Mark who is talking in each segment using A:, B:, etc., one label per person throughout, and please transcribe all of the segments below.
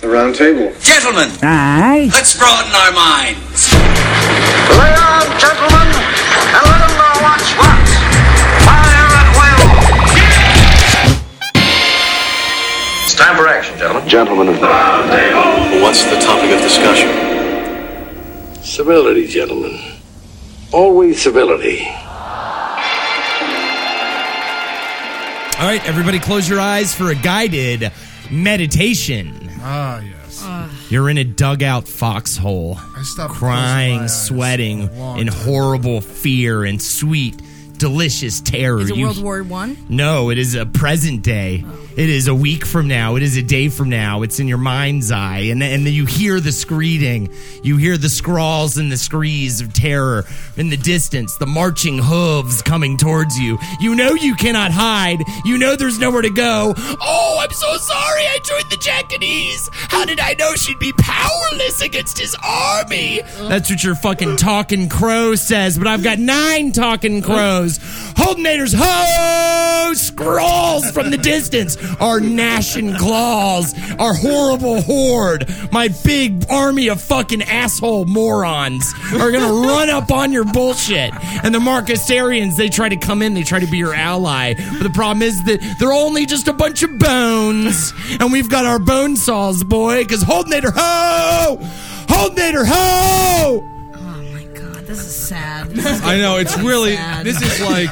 A: The round table.
B: Gentlemen,
C: Aye.
B: let's broaden our minds.
D: Lay on, gentlemen, and let 'em know what's what. Fire at will. It's time for action, gentlemen.
E: Gentlemen of the.
F: What's the topic of discussion?
E: Civility, gentlemen. Always civility.
G: All right, everybody, close your eyes for a guided meditation.
H: Ah, yes.
G: You're in a dugout foxhole,
H: I stopped closing my
G: crying,
H: eyes
G: sweating,
H: for a long
G: in
H: time.
G: horrible fear and sweet, delicious terror.
I: Is it
G: You-
I: World War One?
G: No, it is a present day. It is a week from now. It is a day from now. It's in your mind's eye, and and then you hear the screeding. You hear the scrawls and the screes of terror in the distance. The marching hooves coming towards you. You know you cannot hide. You know there's nowhere to go. Oh, I'm so sorry. I joined the Japanese. How did I know she'd be powerless against his army? That's what your fucking talking crow says. But I've got nine talking crows. Holdenators, ho! Scrawls from the distance. Our gnashing claws. Our horrible horde. My big army of fucking asshole morons are gonna run up on your bullshit. And the Marcusarians, they try to come in, they try to be your ally. But the problem is that they're only just a bunch of bones. And we've got our bone saws, boy, because Holdenator, ho! Holdenator, ho!
I: Oh my god, this is sad. This is
J: I know it's really.
I: Sad.
J: This is like.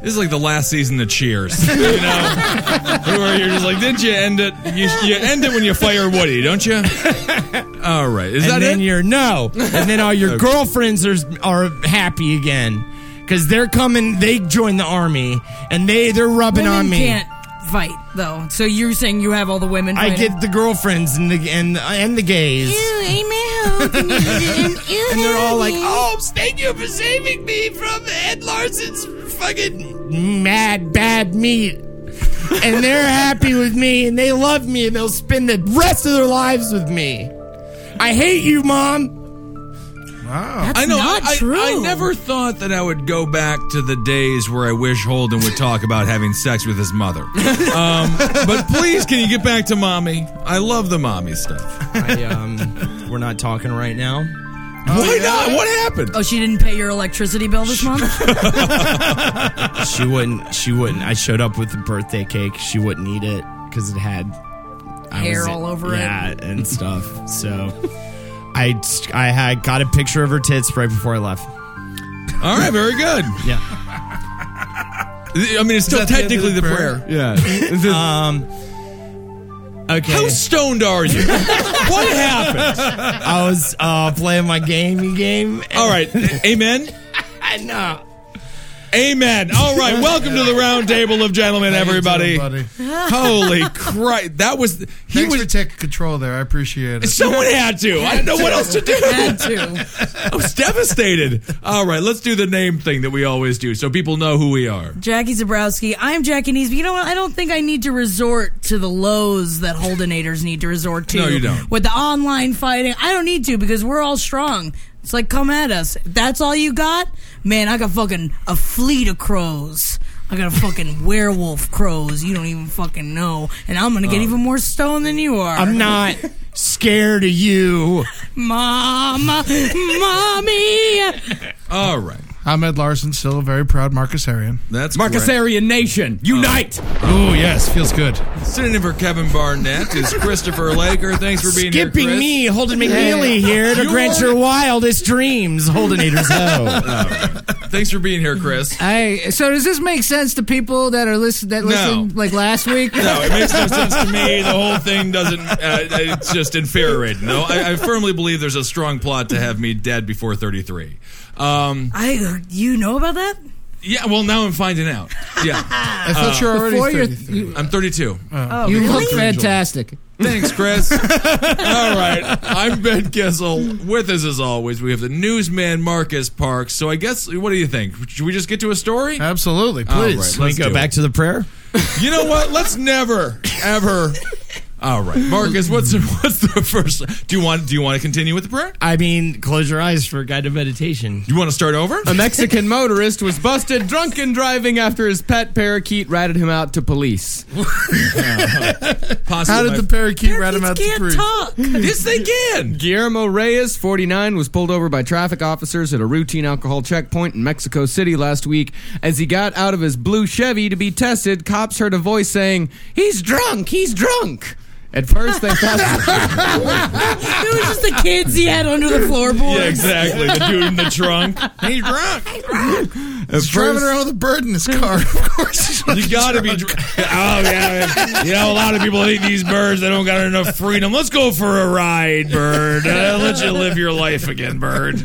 J: This is like the last season of Cheers, you know, where you're just like, did you end it? You, you end it when you fire Woody, don't you? All right, is
G: and
J: that
G: then
J: it?
G: you're no, and then all your girlfriends are are happy again because they're coming. They join the army and they they're rubbing
I: women
G: on me.
I: can't fight though. So you're saying you have all the women?
G: I
I: fighting?
G: get the girlfriends and the and and the gays. and they're all like, "Oh, thank you for saving me from Ed Larson's fucking mad bad meat." and they're happy with me and they love me and they'll spend the rest of their lives with me. I hate you, mom.
H: Wow.
J: I know.
I: not
J: I, I-
I: true.
J: I never thought that I would go back to the days where I wish Holden would talk about having sex with his mother. Um, but please, can you get back to mommy? I love the mommy stuff.
G: I, um, we're not talking right now.
J: Why not? What happened?
I: Oh, she didn't pay your electricity bill this month.
G: She wouldn't. She wouldn't. I showed up with the birthday cake. She wouldn't eat it because it had I
I: Hair
G: was-
I: all over it.
G: yeah, and stuff. So I I had got a picture of her tits right before I left.
J: All right, very good.
G: Yeah.
J: I mean, it's still
H: that the end of
J: technically the
H: the
J: prayer.
H: prayer?
J: Yeah.
G: Um, Okay.
J: How stoned are you? what happened?
G: I was uh, playing my gamey game. uh, And
J: All right. Amen.
G: I know.
J: Amen. All right. Welcome to the round table of gentlemen,
H: How you
J: everybody.
H: doing, buddy?
J: Holy Christ. That was. He
H: Thanks
J: was.
H: for taking control there. I appreciate it.
J: Someone had to. I didn't know what else to do.
I: Had to.
J: I was devastated. All right, let's do the name thing that we always do so people know who we are.
I: Jackie Zabrowski. I'm Jackie Nees, but you know what? I don't think I need to resort to the lows that Holdenators need to resort to.
J: No, you don't.
I: With the online fighting, I don't need to because we're all strong. It's like, come at us. If that's all you got, man, I got fucking a fleet of crows. I got a fucking werewolf crows. You don't even fucking know. And I'm going to get even more stoned than you are.
G: I'm not scared of you.
I: Mom, mommy.
J: All right.
H: I'm Ed Larson, still a very proud Marcusarian.
J: That's correct.
C: Marcusarian Nation, unite!
H: Oh, yes. Feels good.
J: Synonym for Kevin Barnett is Christopher Laker. Thanks for being here,
G: Skipping
J: Chris.
G: me, Holden McNeely here to
J: You
G: grant
J: are- Oh.
G: your wildest dreams, Holdenators. Ho.
J: Thanks for being here, Chris.
C: Hey, so does this make sense to people that are listen that listened like last week?
J: No, it makes no sense to me. The whole thing doesn't. Uh, it's just infuriating. No, I, I firmly believe there's a strong plot to have me dead before 33. Um,
I: I, you know about that?
J: yeah, well, now I'm finding out. Yeah,
H: I thought you were already
C: Before you're,
H: 33.
C: you,
J: I'm 32.
C: you look fantastic.
J: Thanks, Chris. All right. I'm Ben Kissel. With us, as always, we have the newsman Marcus Parks. So I guess, what do you think? Should we just get to a story?
H: Uh. Absolutely.
J: All right,
H: Please.
J: let's
G: Go
J: do
G: back
J: it.
G: to the prayer.
J: You know what? Let's never, ever All right, Marcus. What's the, what's the first? Do you want do you want to continue with the prayer?
A: I mean, close your eyes for guided meditation.
J: You want to start over?
A: A Mexican motorist was busted drunk and driving after his pet parakeet ratted him out to police.
J: Possibly
H: How did
J: my-
H: the parakeet rat him out
I: Kids
H: to
I: can't
H: prove?
I: talk.
J: Yes, they can.
A: Guillermo Reyes, 49, was pulled over by traffic officers at a routine alcohol checkpoint in Mexico City last week. As he got out of his blue Chevy to be tested, cops heard a voice saying, He's drunk! He's drunk! At first, they thought,
I: It was just the kids he had under the floorboard.
J: Yeah, exactly. The dude in the trunk. He's drunk.
A: at
H: He's driving
A: first-
H: around with a bird in his car. Of course.
J: You gotta be. Dr- oh yeah, man. you know a lot of people hate these birds. They don't got enough freedom. Let's go for a ride, bird. Uh, let you live your life again, bird.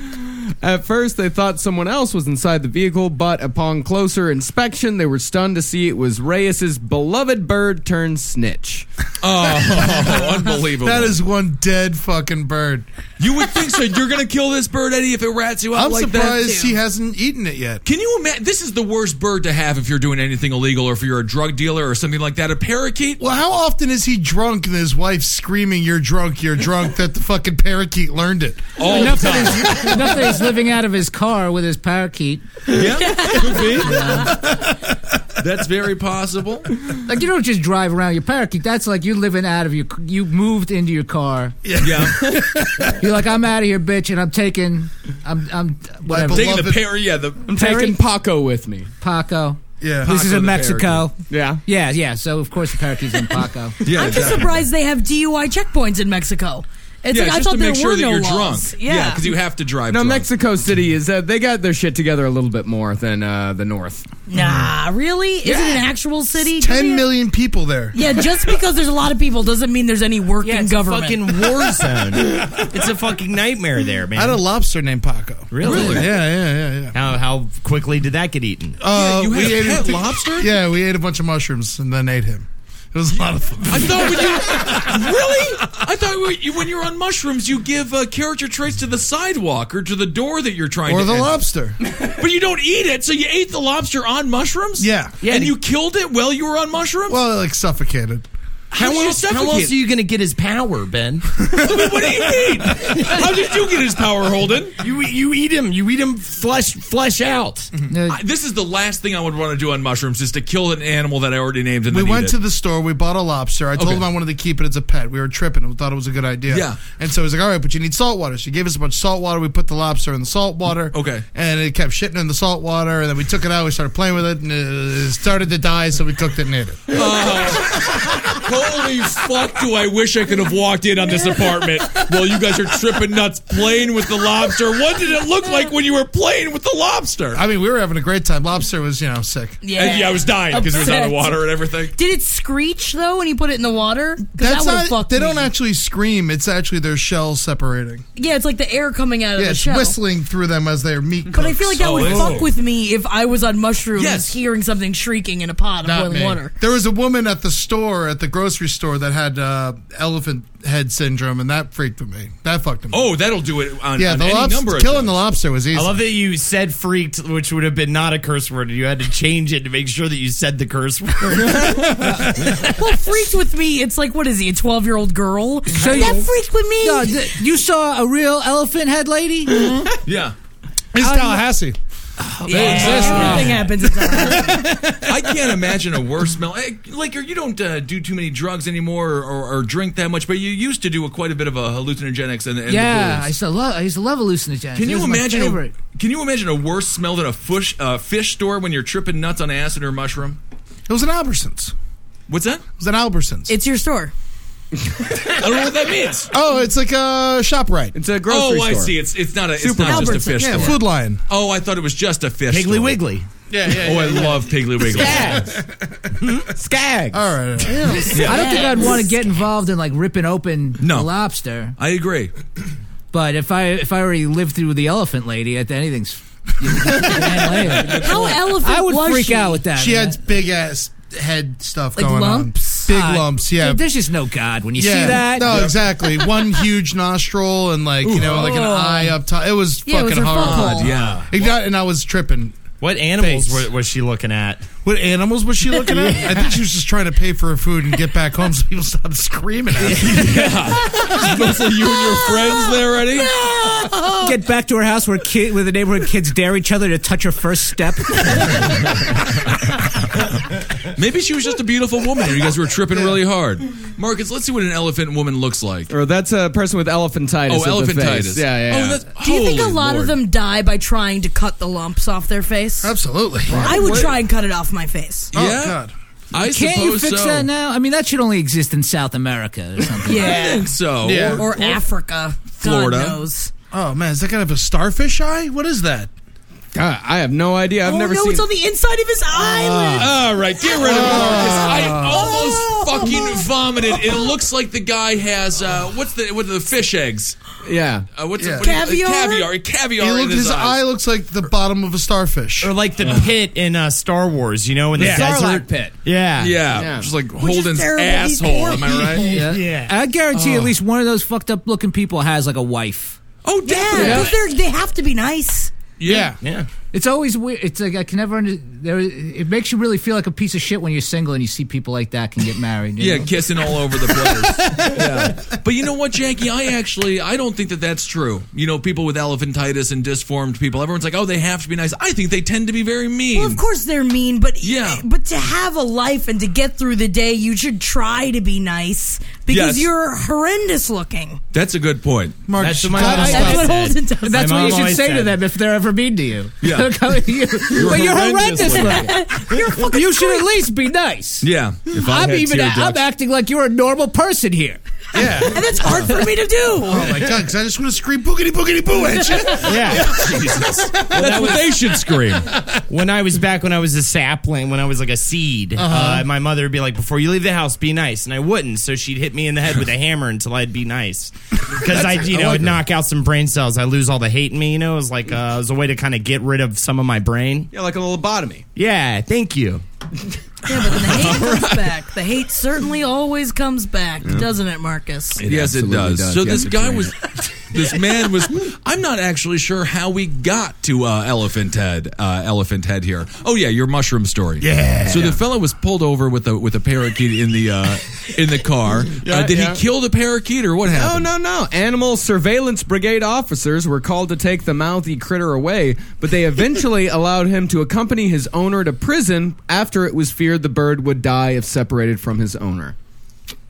A: At first, they thought someone else was inside the vehicle, but upon closer inspection, they were stunned to see it was Reyes's beloved bird turned snitch.
J: Oh, unbelievable.
H: That is one dead fucking bird.
J: You would think so. You're gonna kill this bird, Eddie, if it rats you out
H: I'm
J: like that.
H: surprised he hasn't eaten it yet.
J: Can you imagine? This is the worst bird to have if you're doing anything illegal or if you're a drug dealer or something like that. A parakeet.
H: Well, how often is he drunk and his wife screaming, "You're drunk, you're drunk"? that the fucking parakeet learned it.
J: All the
C: Enough that,
J: time.
C: he's, enough that he's living out of his car with his parakeet.
J: That's very possible.
C: Like you don't just drive around your parakeet. That's like you're living out of your. You moved into your car.
J: Yeah,
C: You're like I'm out of here, bitch, and I'm taking. I'm I'm whatever.
J: taking the
H: Beloved-
J: par. Yeah, the
A: I'm taking Paco with me.
C: Paco.
H: Yeah.
C: This is
J: Paco
C: in
J: the
C: Mexico.
A: Yeah.
C: Yeah, yeah. So of course the parakeet's in Paco.
J: yeah.
I: I'm just surprised they have DUI checkpoints in Mexico. It's
J: yeah,
I: like, I
J: just
I: thought
J: to
I: there
J: make sure
I: were
J: that
I: no
J: you're
I: laws.
J: drunk.
I: Yeah,
J: because you have to drive.
A: Now,
J: drunk.
A: Mexico City is, uh, they got their shit together a little bit more than uh, the North.
I: nah, really? Is it an actual city?
H: Ten
I: Jimmy?
H: million people there.
I: Yeah, just because there's a lot of people doesn't mean there's any working
G: it's
I: government.
G: a fucking war zone. it's a fucking nightmare there, man.
H: I had a lobster named Paco.
G: Really?
H: Yeah, yeah, yeah, yeah.
G: how, how quickly did that get eaten?
H: Uh,
J: you had a
H: ate
J: pet
H: a-
J: lobster?
H: Yeah, we ate a bunch of mushrooms and then ate him. It was a lot of fun.
J: I thought when you really, I thought when you- when you're on mushrooms, you give uh, character traits to the sidewalk or to the door that you're trying
H: Or
J: to
H: the
J: enter.
H: lobster.
J: But you don't eat it, so you ate the lobster on mushrooms.
H: Yeah.
G: Yeah,
J: and
G: the-
J: you killed it while you were on mushrooms.
H: Well, like suffocated.
J: how, did you
G: else, how
J: suffocate
G: else are you going to get his power, Ben?
J: But what do you mean? How did you get his power, Holden?
G: you you eat him. You eat him flesh flesh out.
J: I, this is the last thing I would want to do on mushrooms is to kill an animal that I already named. And
H: We
J: then
H: went
J: eat
H: to
J: it.
H: the store. We bought a lobster. I told
J: Okay.
H: him I wanted to keep it as a pet. We were tripping and thought it was a good idea.
J: Yeah.
H: And so he's like, all right, but you need salt water. So he gave us a bunch of salt water. We put the lobster in the salt water.
J: Okay.
H: And it kept shitting in the salt water. And then we took it out. We started playing with it. And it started to die. So we cooked it and ate it.
J: Oh. Holy fuck! Do I wish I could have walked in on this apartment while you guys are tripping nuts playing with the lobster. What did it look like when you were playing with the lobster?
H: I mean, we were having a great time. Lobster was, you know, sick.
I: yeah.
J: And yeah, I was dying because it was out of
I: Upset.
J: water and everything.
I: Did it screech though when you put it in the water? 'Cause that would've
H: not.
I: fucked
H: They
I: me.
H: don't actually scream. It's actually their shells separating.
I: Yeah, it's like the air coming out of
H: Yeah,
I: the
H: it's
I: shell.
H: whistling through them as their meat.
I: But I feel like that
J: Oh,
I: would
J: it is.
I: fuck with me if I was on mushrooms
J: Yes.
I: hearing something shrieking in a pot of
H: Not
I: boiling
H: me.
I: water.
H: There was a woman at the store, at the grocery store, that had uh, elephant head syndrome, and that freaked with me. That fucked me.
J: Oh, that'll do it on,
H: yeah,
J: on
H: the
J: any
H: lobster
J: number of
H: killing
J: things.
H: the lobster was easy.
G: I love that you said freaked, which would have been not a curse word. You had to change it to make sure that you said the curse word.
I: Well, freaked with me. It's like what is he? A twelve-year-old girl?
C: So
I: that
C: you-
I: freaked with me.
C: No, th- you saw a real elephant head lady?
J: Yeah.
H: it's Tallahassee.
I: yeah. Everything happens. It's all right.
J: I can't imagine a worse smell. Eh, Like you don't uh, do too many drugs anymore or, or, or drink that much, but you used to do a, quite a bit of a hallucinogenics and, and
C: yeah,
J: the
C: I
J: booze.
C: used to love. I used to love hallucinogens.
J: Can
C: It
J: you
C: was my
J: imagine? A,
C: favorite.
J: can you imagine a worse smell than a fish, uh, fish store when you're tripping nuts on acid or mushroom?
H: It was an Albertsons. It
J: What's that?
H: was an Albertsons.
I: it's your store.
J: I don't know what that means.
H: oh, it's like a Shoprite.
A: It's a
J: Oh,
A: grocery store.
J: I see. It's it's not a it's not just a
I: Albertson,
J: fish
H: Yeah,
J: store.
H: Food Lion.
J: Oh, I thought it was just a fish.
G: Piggly
J: store.
G: Wiggly.
H: Yeah, yeah.
J: Oh, I love Piggly Wiggly. Hmm?
G: Skag.
H: All right. all right.
C: I don't think I'd want to get involved in like ripping open
J: No.
C: a lobster.
J: I agree.
C: But if I if I already lived through the elephant lady, I think anything's.
I: How elephant
C: I would
I: was
C: freak
I: she?
C: out with that.
H: She
C: man.
H: had big ass head stuff
I: Like
H: going
I: lumps?
H: on. Big
C: Uh,
H: lumps. Yeah.
C: dude, There's just no God when you
H: yeah,
C: see that.
H: no, exactly. One huge nostril and like you know, like an eye up top. It was
I: Yeah, it
H: fucking
I: was her fuck
H: hard.
I: hole.
J: Yeah.
H: It got- and I was tripping.
G: What animals were, was she looking at?
H: What animals was she looking at? I think she was just trying to pay for her food and get back home so people stopped screaming at her.
J: yeah. Mostly you and your friends there already?
I: Oh.
K: Get back to her house where kid, where the neighborhood kids dare each other to touch her first step.
J: Maybe she was just a beautiful woman and you guys were tripping really hard. Marcus, let's see what an elephant woman looks like.
A: Or that's a person with elephantitis.
J: Oh,
A: of the face.
J: elephantitis.
A: Yeah, yeah.
J: Oh,
A: yeah.
J: that's-
I: Do you think a
J: Holy
I: lot
J: Lord.
I: of them die by trying to cut the lumps off their face?
H: Absolutely.
I: I would try and cut it off my face.
J: Yeah.
H: Oh, God.
J: I
C: Can't you
J: suppose
C: fix
J: so.
C: that now? I mean, that should only exist in South America or something.
J: I
I: Yeah.
J: think so.
H: Yeah.
I: Or Africa.
J: Florida.
I: God knows.
H: Oh man, is that kind of a starfish eye? What is that?
A: God, Uh, I have no idea. I've
I: oh
A: never
I: no,
A: seen.
I: it's on the inside of his eyelid.
J: All right, get rid of Marcus. I almost fucking vomited. It looks like the guy has uh, what's the what are the fish eggs?
A: yeah.
J: Uh, what's
H: Yeah.
J: the, what do you- uh,
I: Caviar?
J: caviar? Caviar.
H: He
J: in
H: looked,
J: his,
H: his eye
J: eyes.
H: looks like the bottom of a starfish.
G: Or like the pit in uh, Star Wars, you know, in the
J: Yeah.
G: desert.
J: Sarlacc
G: pit. Yeah.
J: Yeah,
A: Yeah.
J: just like
I: is
J: Holden's
I: terrible. He's
J: asshole.
I: poor.
J: Am I right?
C: Yeah.
G: Yeah.
C: I guarantee
H: Oh.
C: at least one of those fucked up looking people has like a wife.
J: Oh,
I: Yeah,
J: definitely.
I: because they're they have to be nice.
J: Yeah.
G: Yeah.
C: It's always weird. It's like I can never. Under, there, it makes you really feel like a piece of shit when you're single and you see people like that can get married. you
J: Yeah,
C: know?
J: kissing all over the place. yeah. But you know what, Jackie? I actually I don't think that that's true. You know, people with elephantitis and disformed people. Everyone's like, oh, they have to be nice. I think they tend to be very mean.
I: Well, of course they're mean, but
J: Yeah.
I: but to have a life and to get through the day, you should try to be nice because
J: Yes.
I: you're horrendous looking.
J: That's a good point.
H: Mark,
G: That's
H: you
G: what my
H: gotta
G: mom
I: That's
H: stop-
G: always
I: what
G: said.
I: Holden does.
C: That's
G: My
C: what you
G: mom
C: should
G: always
C: say to
G: said.
C: them if they're ever mean to you.
J: Yeah.
C: Look how you- but you're horrendous. looking. you should at least be nice.
J: Yeah. If I
C: I'm
J: had
C: even.
J: tear
C: I'm
J: ducts-
C: acting like you're a normal person here.
H: Yeah.
I: And that's hard for me to do.
H: Oh my god, because I just want to scream boogity boogity boo at you.
G: Yeah.
J: Jesus. That's what they should scream.
G: when I was back when I was a sapling, when I was like a seed,
I: Uh-huh.
G: uh my mother would be like, "Before you leave the house, be nice," and I wouldn't. So she'd hit me in the head with a hammer until I'd be nice, because I, you know, would knock out some brain cells. I lose all the hate in me. You know, it was like uh, it was a way to kind of get rid of some of my brain.
A: yeah, like a lobotomy.
G: Yeah, thank you.
I: Yeah, but then the hate comes back. The hate certainly always comes back, doesn't it, Marcus?
J: yes, it
A: absolutely
J: does.
A: does.
J: So
A: You have
J: this
A: to
J: guy
A: train
J: was, this man was. I'm not actually sure how we got to uh, Elephant Head. Uh, Elephant Head here. Oh yeah, your mushroom story. Yeah. So the fella was pulled over with a with a parakeet in the uh, in the car. uh, did
A: yeah.
J: he kill the parakeet or what
A: Oh
J: happened?
A: no no! Animal surveillance brigade officers were called to take the mouthy critter away, but they eventually allowed him to accompany his owner to prison after it was feared the bird would die if separated from his owner.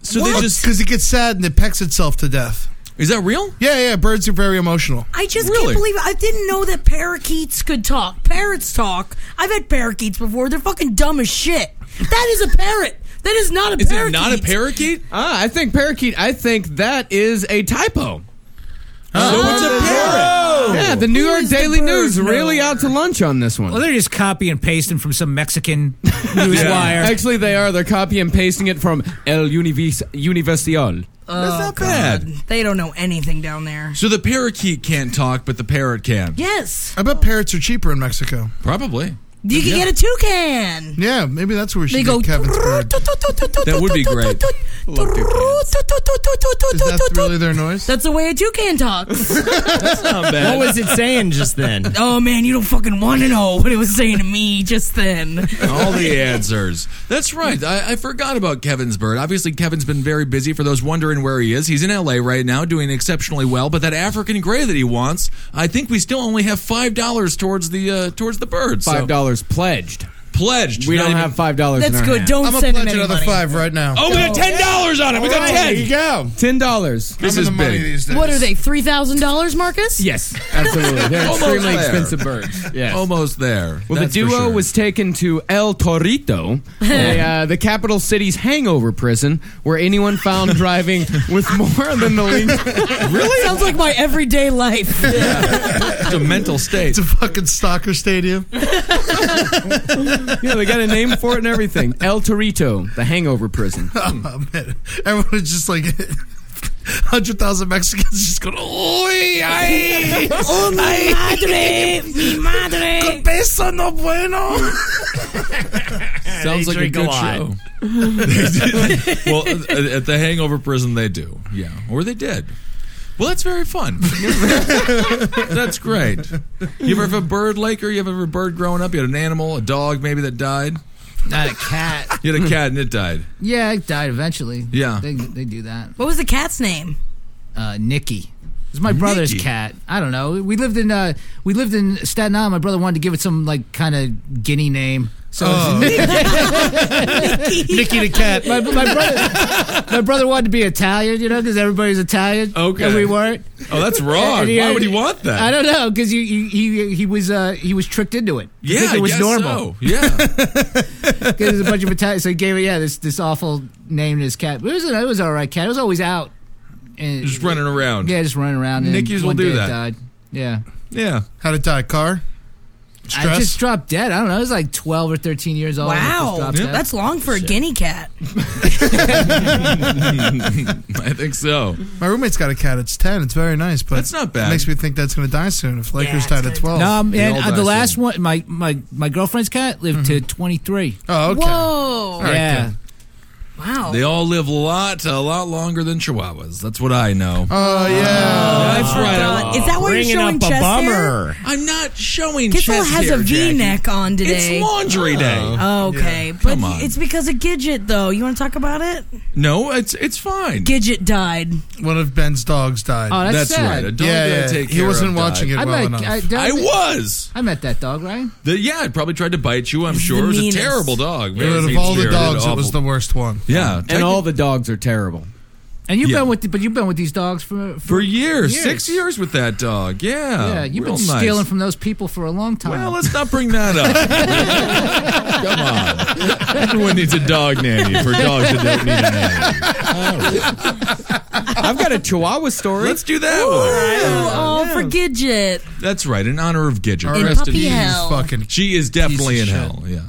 J: So they
H: What?
J: just
H: Because it gets sad and it pecks itself to death.
J: is that real?
H: Yeah, yeah, birds are very emotional.
I: I just
J: Really?
I: can't believe it. I didn't know that parakeets could talk. Parrots talk. I've had parakeets before. They're fucking dumb as shit. That is a parrot. That is not a
J: Is
I: parakeet.
J: it not a parakeet?
A: Ah, I think parakeet. I think that is a typo.
J: So it's a parrot.
C: Oh.
A: Yeah, the New
I: Who
A: York
I: is the
A: Daily
I: bird
A: News really
I: knower?
A: out to lunch on this one.
K: Well, they're just copy and pasting from some Mexican news
J: Yeah.
K: wire.
A: Actually, they are. They're copy and pasting it from El Univis- Universal.
J: That's
A: oh,
J: not bad.
I: They don't know anything down there.
J: So the parakeet can't talk, but the parrot can.
I: Yes.
H: I bet parrots are cheaper in Mexico.
J: Probably.
I: You can get a toucan.
H: Yeah, maybe that's where we should
I: They
H: get
I: go.
H: Kevin's bird.
I: That
J: would be great.
H: Is that really their noise?
I: That's the way a toucan talks.
G: What was it saying just then?
I: oh man, you don't fucking want to know what it was saying to me just then.
J: All the answers. That's right. I, I forgot about Kevin's bird. Obviously, Kevin's been very busy. For those wondering where he is, he's in LA right now, doing exceptionally well. But that African gray that he wants, I think we still only have five dollars towards the uh, towards the bird. So-
A: Five dollars pledged.
J: pledged.
A: We
J: not
A: don't
J: even-
A: have five dollars.
I: That's good.
H: I'm
I: Don't
H: gonna
I: send him
H: pledge
I: any
H: another
I: money.
H: five right now.
J: Oh, we got ten dollars on it. We got
H: there you
J: ten.
H: go.
A: Ten dollars.
J: This
H: I'm in
J: is
H: the money
J: big.
H: these days.
I: What are they? Three thousand dollars, Marcus?
A: Yes, absolutely. They're
J: Almost
A: extremely
J: there.
A: expensive birds. Yes.
J: Almost there.
A: Well,
J: That's
A: the
J: for
A: duo
J: sure.
A: was taken to El Torito, a, uh, the capital city's hangover prison, where anyone found driving with more than the legal.
I: Really? Sounds like my everyday life.
J: It's a mental state.
H: It's a fucking soccer stadium.
J: Hmm.
A: yeah, they got a name for it and everything. El Torito, the hangover prison.
H: Oh, man. Everyone is just like 100,000 Mexicans just going, Oy, ay,
I: oh mi madre, mi madre.
H: peso no bueno.
J: Sounds
G: They
J: like a
G: drink a
J: good
G: lot.
J: show. uh, well, at at the Hangover prison, they do. Yeah, or they did. Well, that's very fun. that's great. You ever have a bird, Laker? You ever have a bird growing up? You had an animal, a dog maybe that died?
C: Not a cat.
J: You had a cat and it died.
C: Yeah, it died eventually.
J: Yeah.
C: They, they do that.
I: What was the cat's name?
C: Uh, Nikki. It was my brother's
I: Nikki?
C: cat. I don't know. We lived in uh, we lived in Staten Island. My brother wanted to give it some like kind of guinea name. So
D: Oh.
C: it
J: Oh.
C: was
D: Nikki. Nikki the cat.
C: My, my brother, my brother wanted to be Italian, you know, because everybody's Italian.
J: Okay.
C: and we weren't.
J: Oh, that's wrong.
C: And
J: Why would he want that?
C: I don't know, because he, he he he was uh, he was tricked into it. To
J: Yeah,
C: think it
J: I
C: was
J: guess
C: normal.
J: so. Yeah.
C: Because there's a bunch of Italian, so he gave it yeah this this awful name to his cat. But it was it was all right cat. It was always out. And,
J: Just running around.
C: Yeah, just running around. and
J: Nickies will
C: one
J: do
C: day it
J: that.
C: died. Yeah.
J: Yeah.
H: How did it die? Car?
C: I
H: Stress?
C: just dropped dead. I don't know. I was like 12 or 13 years old. when Oh, I just
I: Wow,
C: dropped dead.
I: that's long for a guinea cat.
J: I think so.
H: My roommate's got a cat. It's ten. It's very nice, but
J: That's not bad.
H: It makes me think that's going to die soon. If Lakers died at twelve,
C: No, man. uh, the last one, my, my, my girlfriend's cat lived to
J: Mm-hmm.
C: 23.
H: Oh, okay.
I: Whoa.
J: right,
C: yeah.
J: then.
I: Wow.
J: They all live a lot, a lot longer than Chihuahuas. That's what I know.
H: Oh yeah,
J: that's right.
I: Is that why you're showing chest hair?
J: I'm not showing
I: Kissel
J: chest
I: has
J: hair,
I: a V-neck on today.
J: It's laundry day.
I: Oh, okay,
J: Yeah.
I: but
J: Come on.
I: it's because of Gidget, though. You want to talk about it?
J: No, it's it's fine.
I: Gidget died.
H: One of Ben's dogs died.
I: Uh,
C: Oh, that's sad.
J: right. A dog
H: Yeah,
J: that I
H: yeah,
J: take
H: he
J: care
H: wasn't
J: of
H: watching
J: died.
H: it
C: I
H: well
C: met-
H: enough.
C: I- don't
J: I
C: think-
J: was.
C: I met that dog, right?
J: The- yeah, it probably tried to bite you. I'm sure it was a
C: meanest.
J: terrible dog.
H: Out of all the dogs, it was the worst one.
J: yeah,
A: and all the dogs are terrible.
C: And you've
J: Yeah.
C: been with, the, but you've been with these dogs for,
J: for years,
C: Years.
J: six years with that dog. Yeah,
C: yeah, you've been
J: real nice.
C: stealing from those people for a long time.
J: Well, let's not bring that up. Come on. Everyone needs a dog nanny for dogs that don't need a nanny.
A: I've got a Chihuahua story.
J: Let's do that one.
I: Oh, for Gidget.
J: That's right, in honor of Gidget.
I: In puppy hell.
H: Fucking
J: She is definitely in hell. Yeah.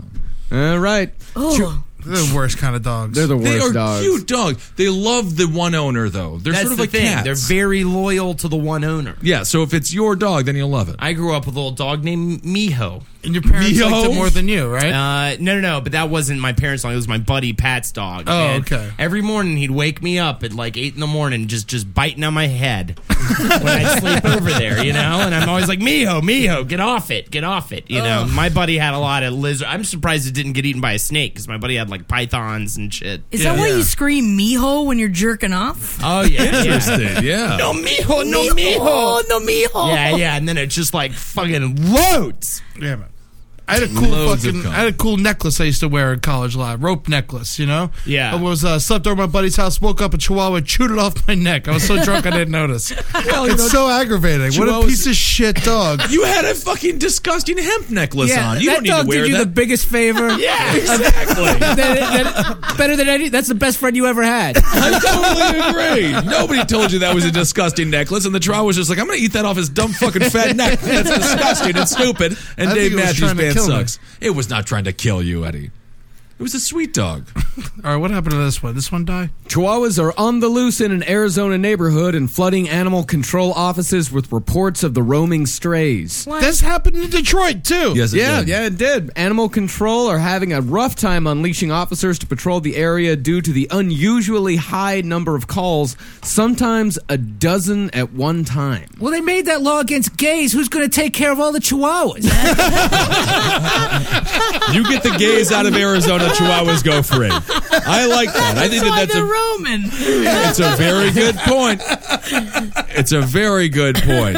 A: All right.
I: Oh,
H: They're the worst kind of dogs.
A: They're the
J: They
A: worst
J: are
A: dogs.
J: cute dogs. They love the one owner though. They're
G: That's
J: sort of
G: the
J: like
G: thing.
J: cats.
G: They're very loyal to the one owner.
J: yeah, so if it's your dog, then you'll love it.
G: I grew up with a little dog named Miho.
H: and your parents
J: Yo.
H: liked it more than you, right?
G: Uh, no, no, no. But that wasn't my parents' dog. It was my buddy Pat's dog.
H: Oh,
G: And
H: okay.
G: Every morning he'd wake me up at like eight in the morning, just just biting on my head when I sleep over there, you know. And I'm always like, Miho, Miho, get off it, get off it, you know. My buddy had a lot of lizard. I'm surprised it didn't get eaten by a snake because my buddy had like pythons and shit.
I: is that why you scream "mijo" when you're jerking off?
G: Oh yeah, yeah.
J: Interesting. Yeah.
G: No Miho, no
I: Oh,
G: Miho.
I: no, mijo.
G: Yeah, yeah. And then it just like fucking loads.
H: Damn it. I had a cool
J: Loads of
H: fucking,
J: cum.
H: I had a cool necklace I used to wear in college a lot, rope necklace, you know.
G: Yeah.
H: I was uh, slept over at my buddy's house, woke up a chihuahua, chewed it off my neck. I was so drunk I didn't notice.
J: Well, you
H: it's
J: know,
H: so aggravating. what
J: chihuahuas-
H: a piece of shit dog.
J: You had a fucking disgusting hemp necklace
K: Yeah,
J: on. You
K: that
J: don't need
K: dog
J: to wear
K: did you
J: that.
K: the biggest favor.
G: Yeah, exactly.
K: That- that- better than any. That's the best friend you ever had.
J: I totally agree. Nobody told you that was a disgusting necklace, and the trial was just like, "I'm going to eat that off his dumb fucking fat neck. That's disgusting and stupid." And
H: I think
J: Dave
H: it was
J: Matthews
H: trying to
J: Band
H: kill me.
J: sucks. It was not trying to kill you, Eddie. It was a sweet dog.
H: All right, what happened to this one? This one died.
A: Chihuahuas are on the loose in an Arizona neighborhood and flooding animal control offices with reports of the roaming strays.
I: What?
H: This happened in Detroit too.
J: Yes, it
A: yeah,
J: did.
A: yeah, it did. Animal control are having a rough time unleashing officers to patrol the area due to the unusually high number of calls, sometimes a dozen at one time.
K: Well, they made that law against gays. Who's going to take care of all the chihuahuas?
J: You get the gays out of Arizona, Chihuahuas go free. I like that. I
I: That's
J: think
I: why
J: that that's
I: they're
J: a
I: Roman.
J: It's a very good point. It's a very good point.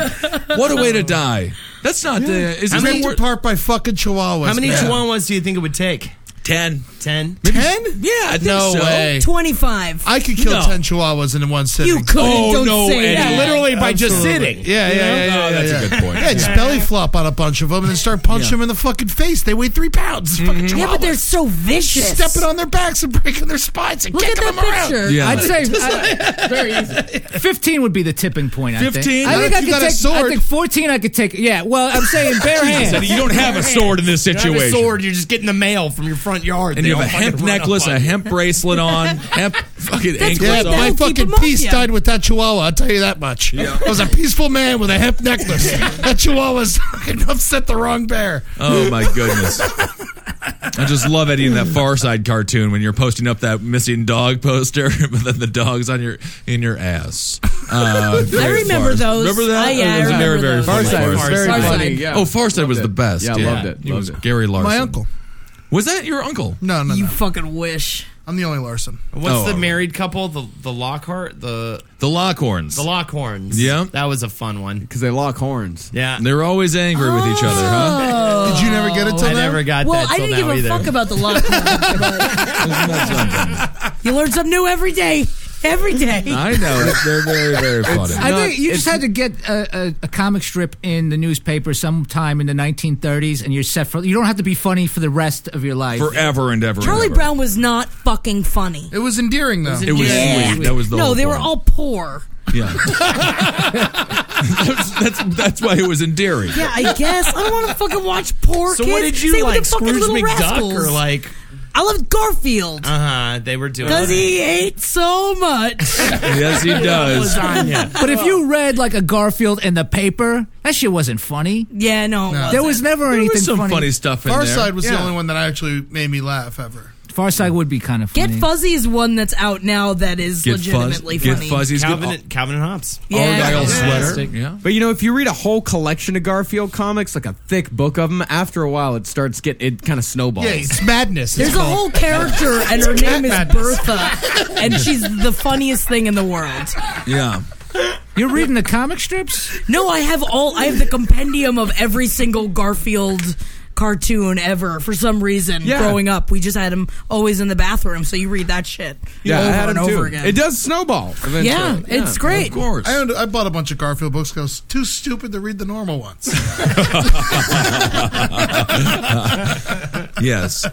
J: What a way to die. That's not the. Is
G: How
J: it
G: many-
J: wor-
H: Ripped apart by fucking chihuahuas.
G: How many
H: man.
G: chihuahuas do you think it would take?
J: ten?
G: Ten.
H: Ten?
J: Yeah, I think
H: No
J: so.
H: way.
I: Twenty-five.
H: I could kill
J: No.
H: ten chihuahuas in one sitting.
I: you couldn't.
J: Oh,
I: don't
J: no,
I: say
J: Eddie.
I: that.
J: Yeah,
G: Literally by just
H: Absolutely.
G: sitting.
H: Yeah, yeah, yeah. yeah,
J: Oh, that's
H: yeah.
J: a good point.
H: Yeah, just belly flop on a bunch of them and then start punching them in the fucking face. They weigh three pounds. Fucking
I: Yeah, but they're
H: chihuahuas.
I: so vicious.
H: stepping on their backs and breaking their spines and
I: Look at
H: kicking them
I: that
H: around.
I: picture.
J: Yeah.
C: I'd say I- very easy. 15 would be the tipping point, I think.
J: 15?
C: I
H: Not
C: think
H: if
C: I
H: you
C: could
H: got a
C: take, I
H: sword.
C: think 14 I could take. Yeah, well, I'm saying bare hands.
J: Said, you don't have a sword in this
G: You don't have a
J: situation.
G: sword. You're just getting the mail from your front yard.
J: and
G: They
J: you have a
G: all fucking
J: hemp
G: run up
J: necklace,
G: on
J: a
G: you.
J: hemp bracelet on, hemp fucking
H: Yeah,
J: anklet.
I: great.
H: my
I: That'll keep
H: fucking
I: them off
H: peace
I: ya.
H: died with that chihuahua. I'll tell you that much. I was a peaceful man with a hemp necklace. that chihuahua's fucking upset the wrong bear.
J: Oh my goodness. I just love Eddie in that Far Side cartoon when you're posting up that missing dog poster, but then the dog's on your in your ass. Uh,
I: I remember those.
J: Remember that?
I: Uh, yeah, I
J: It was
I: remember
J: very, very
I: those.
J: funny.
I: Farside was very Farside. funny, yeah.
J: Oh, Far Side was the best.
A: Yeah, loved it,
J: He
A: loved
J: was
A: it.
J: Gary Larson.
H: My uncle.
J: Was that your uncle?
H: No, no.
I: You
H: no.
I: fucking wish.
H: I'm the only Larson.
J: Oh,
G: What's
J: all
G: the
J: right.
G: married couple? The the Lockhart, the
J: The Lockhorns.
G: the Lockhorns.
J: Yeah.
G: that was a fun one.
A: Because they lock horns.
G: Yeah,
J: They're always angry with each other, huh?
H: Did you never get it
J: Oh.
H: till
G: I
H: now?
G: never got
I: Well,
G: that.
I: I
G: till
I: didn't give
G: now
I: a
G: either.
I: fuck about the lock. you learn something new every day. Every day.
J: I know. They're very, very funny.
C: I think you just had to get a, a, a comic strip in the newspaper sometime in the 1930s, and you're set for. You don't have to be funny for the rest of your life.
J: Forever and ever.
I: Charlie
J: and ever.
I: Brown was not fucking funny.
H: It was endearing though.
J: It was sweet. That was the
I: no,
J: whole
I: they were
J: point.
I: all poor.
J: Yeah. that's, that's that's why it was endearing.
I: Yeah, I guess. I don't want to fucking watch poor
G: So
I: kids.
G: what did you
I: Same
G: like,
I: with the fucking
G: Scrooge
I: little
G: McDuck,
I: rascals.
G: or like?
I: I loved Garfield
G: Uh huh. They were doing.
I: because he ate so much.
J: Yes, he does.
G: lasagna.
C: But if you read like a Garfield in the paper, that shit wasn't funny.
I: yeah, no, it wasn't.
C: There was never
J: There
C: anything
J: was some funny,
C: funny.
J: stuff in
H: Far
J: there.
H: Side was the
C: Yeah.
H: only one that actually made me laugh ever.
C: Far Side would be kind of
I: Get
C: funny.
I: Fuzzy is one that's out now that is
J: Get fuzz,
I: legitimately funny.
J: get fuzzies.
G: Calvin,
J: get
G: and, Calvin and Hobbes.
J: all,
I: Yeah.
J: Argyle sweater.
K: Fantastic.
J: Yeah.
A: But you know, if you read a whole collection of Garfield comics, like a thick book of them, after a while it starts get it kind of snowballs.
H: Yeah, it's madness.
I: There's a whole character, and her name is Bertha, and she's the funniest thing in the world.
J: Yeah.
C: You're reading the comic strips?
I: No, I have all. I have the compendium of every single Garfield cartoon ever. For some reason,
A: Yeah.
I: growing up, we just had him always in the bathroom, so you read that shit
A: Yeah,
I: over
A: I had
I: and
A: them
I: over
A: too.
I: again.
A: It does snowball. Eventually.
I: Yeah, it's great.
J: Of course.
H: I, owned, I bought a bunch of Garfield books. 'cause I was too stupid to read the normal ones.
J: yes. Uh,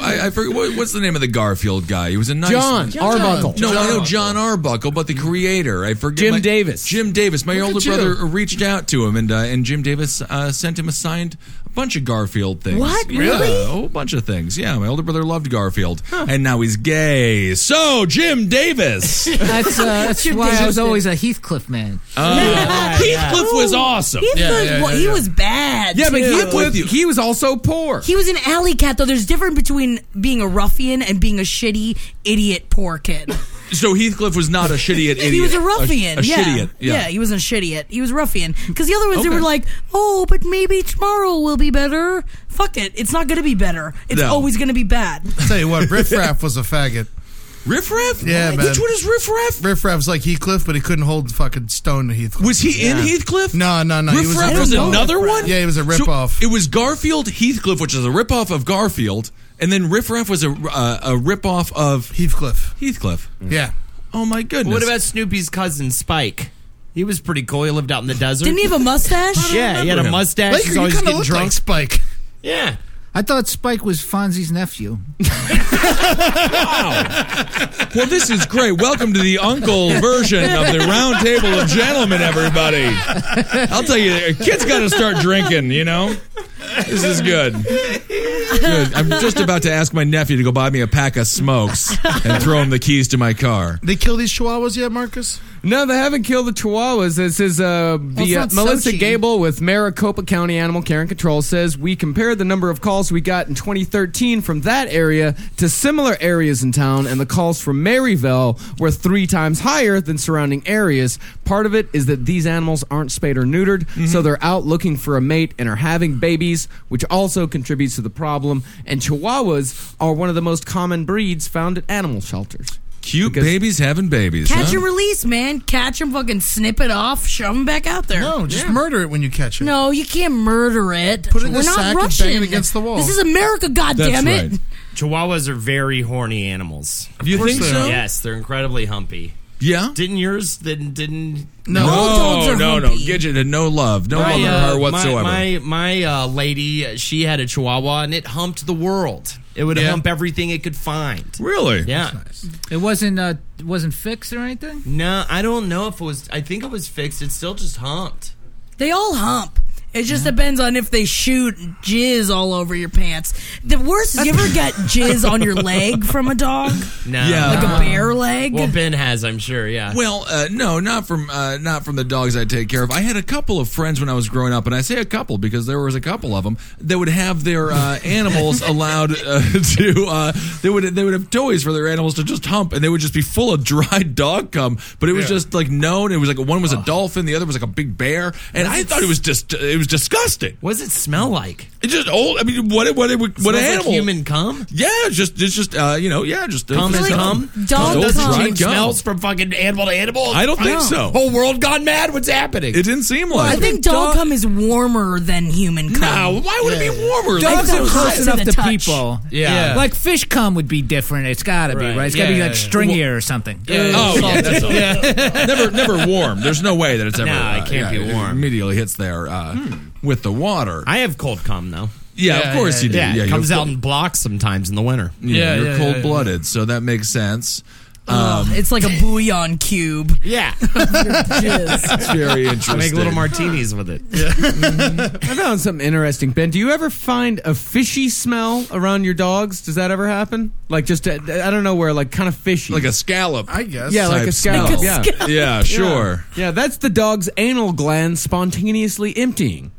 J: I, I forget what, what's the name of the Garfield guy. He was a nice
A: John, Arbuckle.
J: No, I know John Arbuckle, but the creator. I forget.
A: Jim
J: my-
A: Davis.
J: Jim Davis. My older
A: at you.
J: brother reached out to him, and uh, and Jim Davis uh, sent him a signed a bunch of Garfield things.
I: What?
J: Yeah,
I: Really?
J: A whole bunch of things. Yeah, my older brother loved Garfield, and now he's gay. So Jim Davis.
C: That's, uh, that's
I: You're
C: why I was
I: disgusted.
C: always a Heathcliff man.
I: Uh,
J: Heathcliff was awesome.
I: Heathcliff,
H: Oh. Yeah, yeah,
I: wa-
H: yeah,
I: he
H: yeah.
I: was bad.
A: Yeah, but
I: too.
A: Heathcliff, he was also poor.
I: He was an alley cat, though. There's difference between being a ruffian and being a shitty idiot poor kid.
J: So Heathcliff was not a shitty idiot.
I: He was a ruffian.
J: A, a
I: yeah.
J: shittiot. Yeah.
I: he was a shittiot. He was ruffian. Because the other ones, they
J: Okay.
I: were like, oh, but maybe tomorrow will be better. Fuck it. It's not going to be better. It's
J: No.
I: always going to be bad.
H: Tell you what, Riff Raff was a faggot.
J: Riff Raff?
H: Yeah, man.
J: Which one is Riff Raff?
H: Riff Raff was like Heathcliff, but he couldn't hold fucking stone to Heathcliff.
J: Was he in Heathcliff?
H: No, Uh, no, no, he
J: Riff
H: was a
J: Raff was
H: ripoff.
J: another one.
H: Yeah, he was a
J: So
H: ripoff.
J: it was Garfield Heathcliff, which is a ripoff of Garfield, and then Riff Raff was a uh, a ripoff of
H: Heathcliff.
J: Heathcliff.
H: Yeah.
J: Oh my goodness!
G: What about Snoopy's cousin Spike? He was pretty cool. He lived out in the desert.
I: Didn't he have a mustache?
G: yeah, he had a
J: him.
G: mustache.
H: Baker,
G: He's
H: you
G: always
H: kind of
G: getting
H: look
G: drunk.
H: like Spike.
G: yeah.
C: I thought Spike was Fonzie's nephew.
J: Well, this is great. Welcome to the uncle version of the round table of gentlemen, everybody. I'll tell you, a kid's got to start drinking, you know? This is good. Good. I'm just about to ask my nephew to go buy me a pack of smokes and throw him the keys to my car.
H: They kill these chihuahuas yet, Marcus?
A: No, they haven't killed the Chihuahuas. This is uh, the
I: Well,
A: uh,
I: it's not
A: Melissa
I: Sochi.
A: Gable with Maricopa County Animal Care and Control says we compared the number of calls we got in 2013 from that area to similar areas in town, and the calls from Maryville were three times higher than surrounding areas. Part of it is that these animals aren't spayed or neutered, so they're out looking for a mate and are having babies, which also contributes to the problem. And Chihuahuas are one of the most common breeds found at animal shelters.
J: Cute
A: Because-
J: babies having babies.
I: Catch
J: huh?
I: and release, man. Catch him, fucking snip it off, shove him back out there.
H: No, just murder it when you catch it.
I: No, you can't murder it.
H: Put it in
I: We're
H: a
I: not
H: sack and bang
I: Russian.
H: it against the wall.
I: This is America,
J: That's
I: goddamn it.
J: right.
G: Chihuahuas are very horny animals.
J: Do you think so?
G: Yes, they're incredibly humpy.
J: Yeah?
G: Didn't yours? Didn't didn't?
H: No.
I: dogs
J: no,
I: are
J: no, no.
I: humpy.
J: Gidget had no love, no love
G: My,
J: in
G: uh,
J: her whatsoever.
G: My my, my uh, lady, uh, she had a Chihuahua, and it humped the world. It would hump everything it could find.
J: really?
G: Yeah.
C: It wasn't uh, it wasn't fixed or anything.
G: No, I don't know if it was. I think it was fixed. It still just humped.
I: They all hump. It just depends on if they shoot jizz all over your pants. The worst is you ever got jizz on your leg from a dog?
L: No.
J: Yeah.
I: Like a bear leg?
L: Well, Ben has, I'm sure. Yeah.
J: Well, uh, no, not from uh, not from the dogs I take care of. I had a couple of friends when I was growing up, and I say a couple because there was a couple of them that would have their uh, animals allowed uh, to. Uh, they would they would have toys for their animals to just hump, and they would just be full of dried dog cum. But it was
H: Yeah.
J: just like known. It was like one was a dolphin, the other was like a big bear, and I thought it was just it was disgusting.
L: What does it smell like?
J: It just old. I mean, what what it would-
L: Smells
J: what
L: like
J: animal?
L: human cum?
J: Yeah, it's just it's just uh, you know yeah just
L: Cum
J: it's
L: is
J: just
L: cum?
J: It's old
L: doesn't
J: dried
L: change
J: gum.
L: smells from fucking animal to animal.
J: I don't think
L: No.
J: so.
L: Whole world gone mad. What's happening?
J: It Uh, didn't seem
I: I think dog cum is warmer than human cum.
L: No, why would it be warmer?
C: Dogs are close enough to people.
L: Yeah.
C: Like fish cum would be different. It's gotta
L: Right.
C: be, right? It's gotta be
L: Yeah,
C: like
L: yeah, yeah.
C: stringier or something.
J: Oh, yeah, that's all. never, never warm. There's no way that it's ever.
L: No,
J: uh,
L: it can't
J: yeah,
L: be warm. Hmm.
J: It immediately hits there uh, with the water.
L: I have cold cum though.
J: Yeah, of course you do.
L: Yeah,
J: Yeah,
L: it
J: you're
L: comes out
J: cold-
L: in blocks sometimes in the winter.
J: yeah, you're cold blooded, so that makes sense.
I: Ugh,
J: Um,
I: it's like a bouillon cube.
L: Yeah.
J: it's very interesting.
L: Make little martinis with it.
A: I found something interesting, Ben. Do you ever find a fishy smell around your dogs? Does that ever happen? Like just uh, I don't know where, like kind of fishy,
J: like a scallop.
H: I guess.
A: Yeah, like a
J: type
A: scallop.
J: smell.
A: yeah.
J: yeah, sure.
A: Yeah. that's the dog's anal gland spontaneously emptying.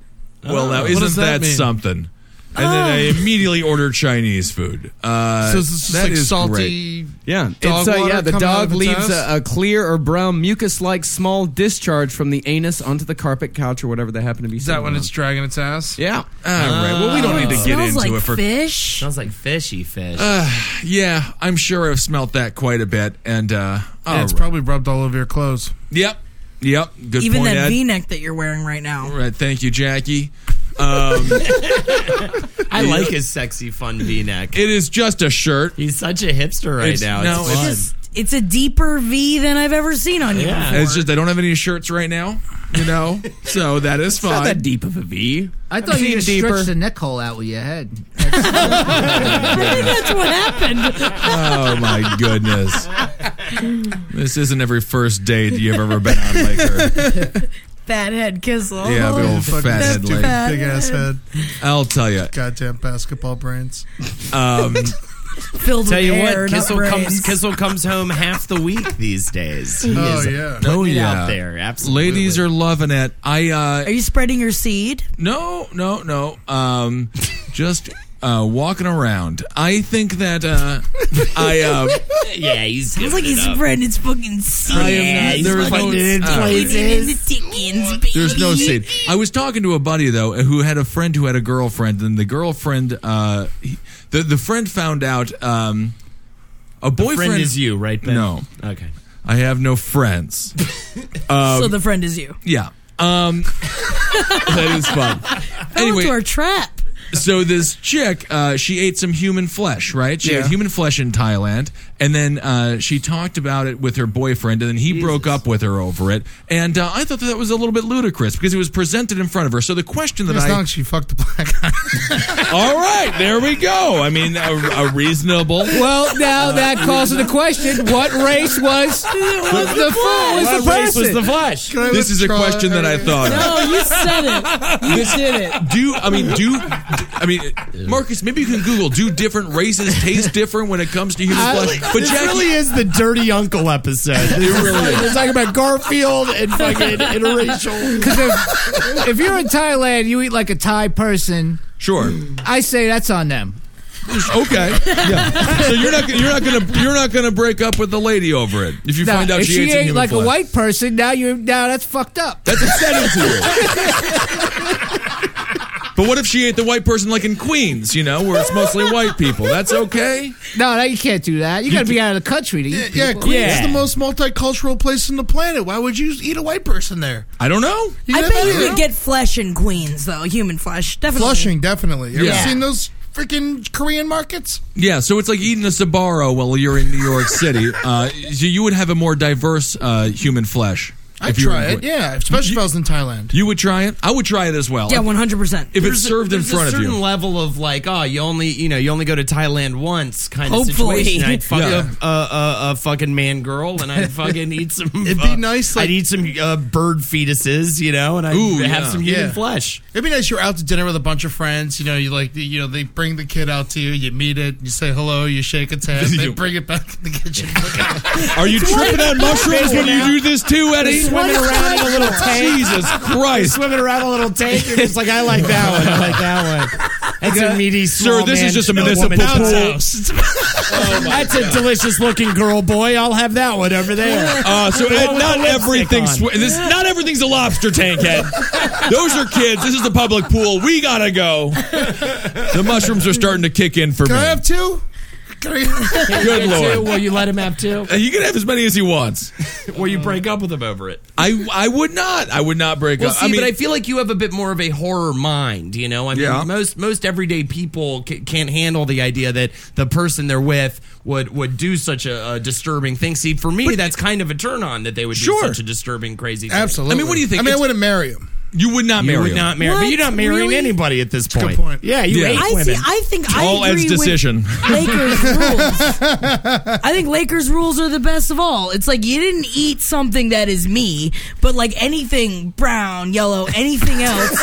J: Well, now
H: Oh, What
J: isn't
H: does
J: that,
H: that mean? Ah.
J: something? And then I immediately order Chinese food. Uh,
H: So is this just
J: that
H: like
J: is great.
H: salty.
A: Yeah, it's,
H: Dog
A: uh,
H: water
A: yeah. The
H: coming out of
A: dog
H: its
A: leaves a,
H: ass?
A: a clear or brown mucus-like small discharge from the anus onto the carpet, couch, or whatever they happen to be.
H: Is that when it's dragging its ass?
A: Yeah.
J: All right. Well, we don't
H: Ah.
J: need to get
I: Smells
J: into
I: like
J: it for uh,
I: fish.
L: Smells like fishy fish.
J: Yeah, I'm sure I've smelt that quite a bit, and uh,
H: Yeah, it's
J: all right.
H: probably rubbed all over your clothes.
J: yep, yep. Good
I: Even
J: point,
I: that
J: Ed.
I: V-neck that you're wearing right now.
J: All right, thank you, Jackie. Um,
L: I like his sexy, fun V-neck.
J: it is just a shirt.
L: He's such a hipster right
J: It's-
L: now.
J: no,
L: it's
J: it's
L: fun.
J: just-
I: It's a deeper V than I've ever seen on you.
L: Yeah.
I: before.
J: It's just I don't have any shirts right now, you know. so that is fine.
A: deep of a V.
C: I thought you
A: seen
C: just
A: deeper.
C: stretched the neck hole out with your head.
I: I think that's what
J: Oh
I: happened.
J: my goodness! this isn't every first date you've ever been on, Laker.
I: Fathead
L: Oh,
I: Kissel.
J: Yeah, the old
H: Fucking
J: fat head.
H: stupid
J: Laker.
H: big ass head.
J: I'll tell you.
H: Goddamn basketball brains.
J: Um,
I: Filled
L: Tell
I: with
L: you
I: air,
L: what,
I: not
L: Kissel
I: brains.
L: comes Kissel comes home half the week these days. He
H: Oh
L: is
H: yeah.
J: oh
L: putting it
J: yeah,
L: out there, absolutely.
J: ladies are loving it. I uh,
I: Are you spreading your seed?
J: No, no, no. Um, just uh, walking around. I think that uh, I. Uh,
L: yeah, he's
I: Sounds like
L: giving
I: he's
L: it up.
I: spreading his fucking seed.
L: I am not-
I: he's
J: there is
I: fucking
J: no-
I: spreading
J: uh,
I: the chickens, baby.
J: There's no seed. I was talking to a buddy though who had a friend who had a girlfriend, and the girlfriend, uh, he, the the friend found out. Um, a boyfriend
L: friend is you, right? Ben?
J: No,
L: okay.
J: I have no friends.
I: so the friend is you.
J: Yeah. Um, that is fun.
I: Fell into our trap.
J: so this chick, uh, she ate some human flesh, right? She ate human flesh in Thailand, and then uh, she talked about it with her boyfriend, and then he broke up with her over it. And uh, I thought that, that was a little bit ludicrous because it was presented in front of her. So the question that
H: As
J: I
H: long as she fucked the black guy.
J: all right, there we go. I mean, a, a reasonable.
C: well, now that calls into question what race was the fool?
L: What race was the flesh?
J: This is a question that I thought. of.
I: No, Oh, you said it. You did it.
J: Do I mean do I mean Marcus? Maybe you can Google. Do different races taste different when it comes to human flesh? But
L: this
J: Jackie,
L: really is the dirty uncle episode.
J: it really is.
L: They're talking about Garfield and fucking interracial.
C: Because if, if you're in Thailand, you eat like a Thai person.
J: Sure.
C: I say that's on them.
J: Okay. Yeah. So you're not gonna- you're not gonna you're not gonna break up with the lady over it if you
C: Now,
J: find out
C: if
J: she,
C: she,
J: ate some
C: ate
J: human
C: like
J: flesh.
C: a white person, now you're now that's fucked up.
J: That's upsetting to you. But what if she ate the white person like in Queens, you know, where it's mostly white people? That's okay.
C: No, no, you can't do that. You, got to be out of the country to eat.
H: Yeah,
C: people.
H: Queens
L: Yeah.
H: is the most multicultural place on the planet. Why would you eat a white person there?
J: I don't know.
H: You
I: I
H: know
I: bet
H: that?
I: you could get flesh in Queens, though. Human flesh. Definitely.
H: Flushing, definitely. You
J: Yeah.
H: ever seen those freaking Korean markets?
J: Yeah, so it's like eating a Sbarro while you're in New York City. Uh, you you would have a more diverse uh, human flesh.
H: I'd
J: if you were
H: try
J: in
H: it.
J: Gui-
H: Yeah, especially if I was in Thailand.
J: You would try it. I would try it as well.
I: Yeah, one hundred percent.
J: If it's served in
L: there's
J: front
L: a
J: of
L: certain
J: you.
L: level of like, oh, you only, you know, you only go to Thailand once, kind of
I: Hopefully.
L: situation. I'd fuck
J: Yeah.
L: a, a, a, a fucking man girl, and I'd fucking eat some.
H: It'd
L: uh,
H: be nice. Like,
L: I'd eat some uh, bird fetuses, you know, and I'd
H: Ooh,
L: have
H: yeah.
L: some human
H: Yeah.
L: flesh.
H: It'd be nice. You're out to dinner with a bunch of friends. You know, you like, you know, they bring the kid out to you. You meet it. You say hello. You shake its hand. They
J: You-
H: bring it back in the kitchen.
J: Are you tripping on mushrooms when you do this too, Eddie?
G: Swimming around in a little tank.
J: Jesus Christ.
G: Swimming around a little tank. You're just like, I like that one. I like that one. That's a meaty,
J: Sir,
G: small
J: this
G: man
J: is just a
G: in
J: municipal
G: woman's
J: pool.
G: house. That's a delicious looking girl, boy. I'll have that one over there.
J: Uh, so
G: The
J: Ed,
G: one with
J: not
G: the lipstick
J: everything's
G: on.
J: swi- this, not everything's a lobster tank, Ed. Those are kids. This is the public pool. We gotta go. The mushrooms are starting to kick in for
H: Can
J: me.
H: I have two? Can I-
L: Two,
J: Good lord.
L: will you let him have two?
J: Uh, He can have as many as he wants.
L: Will you break up with him over it?
J: I I would not. I would not break
L: Well,
J: up.
L: see,
J: I mean,
L: but I feel like you have a bit more of a horror mind. You know, I mean,
J: Yeah.
L: most most everyday people c- can't handle the idea that the person they're with would would do such a, a disturbing thing. See, for me, that's kind of a turn on that they would
J: Sure.
L: do such a disturbing, crazy. thing.
H: Absolutely.
J: I mean, what do you think?
H: I mean, I
J: It's-
H: wouldn't marry him.
J: you would not
L: You
J: marry.
L: would
J: him.
L: not marry, but
I: What?
L: you're not marrying
I: Really?
L: anybody at this point.
H: Good point.
G: Yeah, you
J: Yeah.
G: hate
I: I
G: women.
I: see. I think
J: All
I: I
J: Ed's
I: agree
J: decision.
I: With Lakers rules. I think Lakers rules are the best of all. It's like you didn't eat something that is me, but like anything brown, yellow, anything else,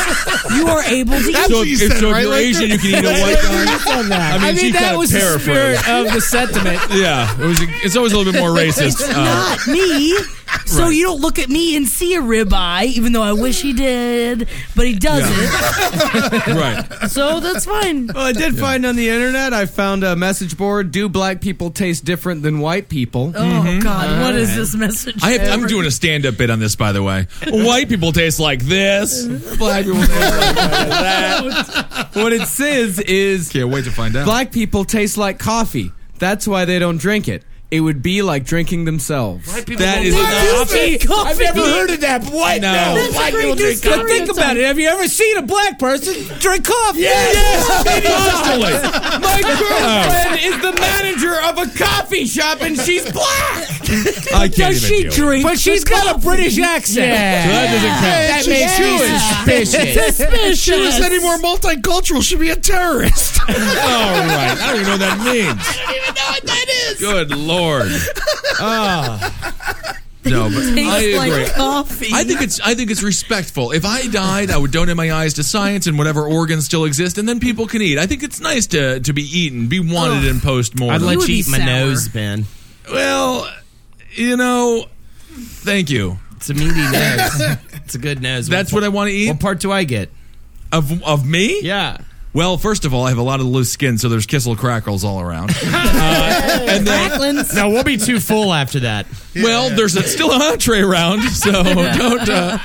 I: you are able to
H: That's
J: So,
H: what
I: eat.
H: you
J: if,
H: said,
J: so if
H: right,
J: you're
H: Laker?
J: Asian, you can eat a white guy.
G: on that.
J: I mean, she
K: that
J: kinda
K: was the
J: paraphrased.
K: spirit of the sentiment.
J: Yeah, it was. It's always a little bit more racist.
I: It's
J: uh,
I: not me. So you don't look at me and see a ribeye, even though I wish he did, but he doesn't.
J: Uh, right.
I: So that's fine.
A: Well, I did find on the internet. I found a message board. Do black people taste different than white people?
I: Oh God, what is this message?
J: Mm-hmm. I have, I'm doing a stand-up bit on this, by the way. White people taste like this. Black people taste like that.
A: what it says is
J: Can't wait to find out.
A: black people taste like coffee. That's why they don't drink it. It would be like drinking themselves.
J: that is
I: Black people drink coffee.
G: I've never heard of that. What?
J: No.
G: No.
J: That's a
G: Black
I: great
G: people drink
I: discovery.
G: coffee.
K: Think about it. Have you ever seen a black person drink coffee?
J: Yes, constantly.
A: My
J: girlfriend
A: is the manager of a coffee shop, and she's black.
J: I can't
I: Does she
J: even deal with
I: drink?
K: But she's got a British accent.
J: it. So that doesn't count.
G: That makes you suspicious.
I: Suspicious.
H: She was any more multicultural, she'd be a terrorist.
J: All right. I don't even know what that means. I don't even know what that is. Good lord. Ah. No, but
I: Tastes
J: I agree.
I: like coffee.
J: I think it's I think it's respectful. If I died, I would donate my eyes to science and whatever organs still exist, and then people can eat. I think it's nice to to be eaten, be wanted in post
L: I'd
J: mortem.
L: let
I: You
L: you
I: would be
L: eat my
I: sour.
L: nose, man.
J: well, you know, thank you.
L: It's a meaty nose. It's a good nose.
J: That's what I want to eat
L: What part do I get?
J: of of me.
L: Yeah.
J: Well, first of all, I have a lot of loose skin, so there's kissel crackles all around.
I: Cracklin's.
L: No, we'll be too full after that.
J: well, there's a, still an entree around, so don't. Uh,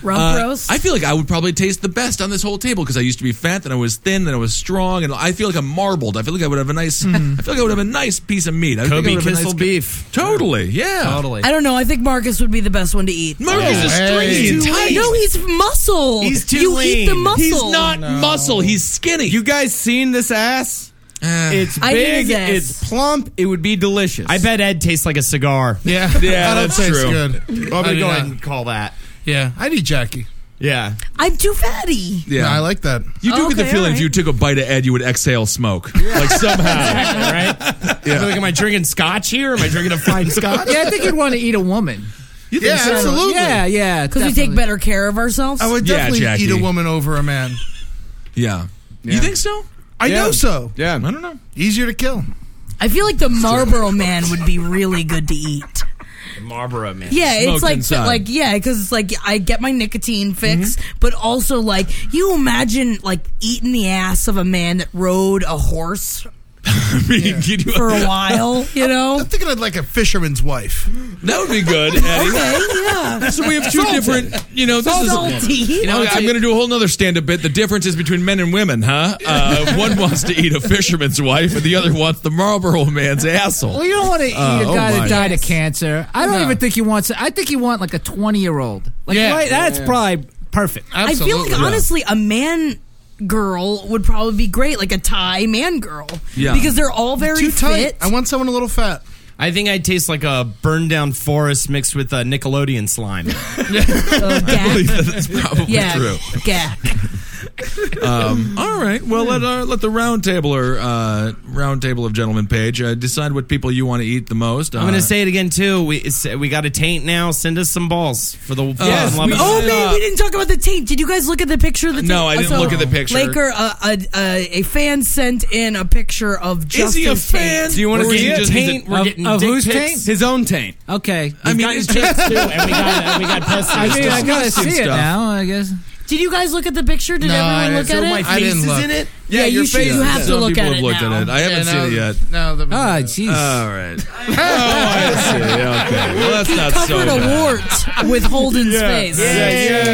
I: rump
J: Uh,
I: roast.
J: I feel like I would probably taste the best on this whole table because I used to be fat, then I was thin, then I was strong, and I feel like I'm marbled. I feel like I would have a nice.
I: Mm-hmm.
J: I feel like I would have a nice piece of meat. I think I
L: Kobe
J: would have a
L: Kissel
J: nice-
L: beef.
J: Totally, yeah,
L: Totally.
I: I don't know. I think Marcus would be the best one to eat.
J: Marcus is stringy and tight.
I: No, he's muscle.
L: He's too
I: You eat the
L: lean.
I: muscle.
J: he's not muscle. He's skinny.
A: You guys seen this ass?
J: Uh,
A: It's
I: I need
A: big.
I: his ass.
A: It's plump. It would be delicious.
L: I bet Ed tastes like a cigar.
H: yeah,
J: Yeah,
H: That'll
J: that's
H: taste
J: true.
H: Good.
L: I'm
H: I
L: gonna
H: do
L: go
H: not.
L: ahead and call that.
H: Yeah, I need Jackie.
L: Yeah.
I: I'm too fatty.
J: yeah,
H: No, I like that.
J: You do get the
I: Oh, Okay,
J: feeling
I: all
J: if you took a bite of Ed, you would exhale smoke, like somehow.
L: right? I feel like, am I drinking scotch here? Am I drinking a fine
J: uh,
L: scotch?
C: yeah, I think you'd want to eat a woman.
H: Yeah, absolutely.
C: Yeah, yeah.
I: Because we take better care of ourselves.
H: I would
J: Yeah,
H: definitely
J: Jackie.
H: eat a woman over a man.
J: yeah. you think so?
H: I
A: Yeah.
H: know so.
A: Yeah,
J: I don't know.
H: Easier to kill.
I: I feel like the Marlboro Man would be really good to eat.
L: Marlboro man.
I: Yeah,
J: Smoked
I: it's like
J: inside. Mm-hmm.
I: like yeah, because it's like I get my nicotine fix, but also like you imagine like eating the ass of a man that rode a horse
J: I mean, you do-
I: for a while. You know,
J: Oh.
H: I'm thinking I'd like a fisherman's wife.
J: that would be good. Eddie.
I: okay, yeah,
J: So we have two different, you know, this is
I: salty.
J: Now, I'm going to do a whole nother stand-up bit. The differences between men and women, huh? Uh, one wants to eat a fisherman's wife, and the other wants the Marlboro man's
C: Well,
J: asshole.
C: you don't want to eat a
J: oh
C: guy
J: my.
C: that died of cancer. I don't even think you want. to- I think you want like a twenty-year-old. Like
H: Yeah.
C: right,
K: That's probably perfect.
I: I feel like
H: Absolutely.
I: honestly, a man girl would probably be great, like a Thai man girl,
J: Yeah.
I: because they're all very
H: Too tight.
I: fit.
H: I want someone a little fat.
G: I think I taste like a burned down forest mixed with uh, Nickelodeon slime.
J: I believe that that's probably
I: yeah,
J: true.
I: Gak.
J: Um, all right. Well, let uh, let the round tabler, uh, round table of gentlemen page uh, decide what people you want to eat the most.
G: I'm
J: Uh,
G: gonna say it again too. We it's- we got a taint now. Send us some balls for the for
J: Yes,
G: the love
J: we-
G: of-
I: Oh man, we didn't talk about the taint. Did you guys look at the picture of the taint?
G: No, I didn't
I: Also,
G: look at the picture.
I: Laker, uh, a, a, a fan sent in a picture of Justin.
J: Is he a fan?
I: Taint.
J: Do you wanna Or is see he just- taint?
A: Of- of whose taint? His own taint.
C: Okay.
A: I mean,
G: his tits too, and we got we got pest
C: I mean, I
G: stuff.
C: gotta see it
G: Stuff.
C: now. I guess.
I: Did you guys look at the picture? Did
C: No,
I: everyone
C: I-
I: look
C: so
I: at it?
C: my I face didn't is look. in it?
J: Yeah,
I: Yeah,
J: your
I: you should.
J: face.
I: You have to
J: Some
I: look
J: people
I: at
J: have
I: it
J: looked
I: now.
J: at it. I haven't
I: Yeah,
J: seen it yet.
H: No, the
C: Ah, jeez.
J: All right. oh, I see. Okay. Well, that's
I: he
J: not so
I: covered
J: bad.
I: a wart with Holden's face.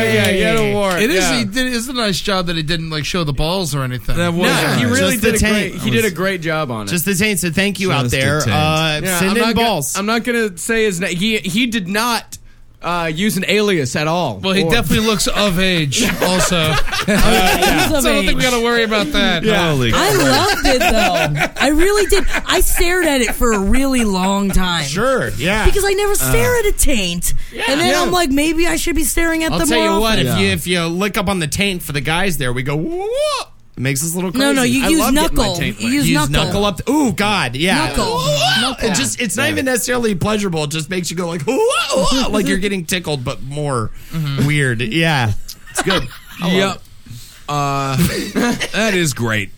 H: It is. He did, it's a nice job that he didn't like show the balls or anything.
G: That was- No, he really Just the did a great- taint. he did a
A: great job on
G: Just the taint. So thank you out
A: Just the
G: there.
A: taint.
G: Uh,
A: Yeah,
G: send
A: I'm
G: in
A: not gonna-
G: balls.
A: I'm not gonna say his name. He he did not uh, use an alias at all.
H: Well, he
A: Or-
H: definitely looks of age. Also, Uh, so I don't think we got to worry about that.
J: Yeah. Holy
I: I loved it though. I really did. I stared at it for a really long time.
G: Sure, yeah.
I: Because I never stare
G: Uh,
I: at a taint, and then
G: Yeah.
I: I'm like, maybe I should be staring at
G: I'll
I: them
G: tell
I: more
G: you what.
I: often.
G: If you if you look up on the taint for the guys there, we go. Whoa! It makes us a little crazy.
I: No, no, you
G: I
I: use
G: love getting my
I: knuckle.
G: taint
I: You
G: licked.
I: use knuckle.
G: up. th- Ooh, God, yeah.
I: Knuckle.
G: Whoa!
I: Knuckle.
G: It just it's not even necessarily pleasurable. It just makes you go like whoa, whoa, like you're getting tickled, but more
I: Mm-hmm.
G: weird. Yeah, it's good.
J: Yep. Uh, that is great.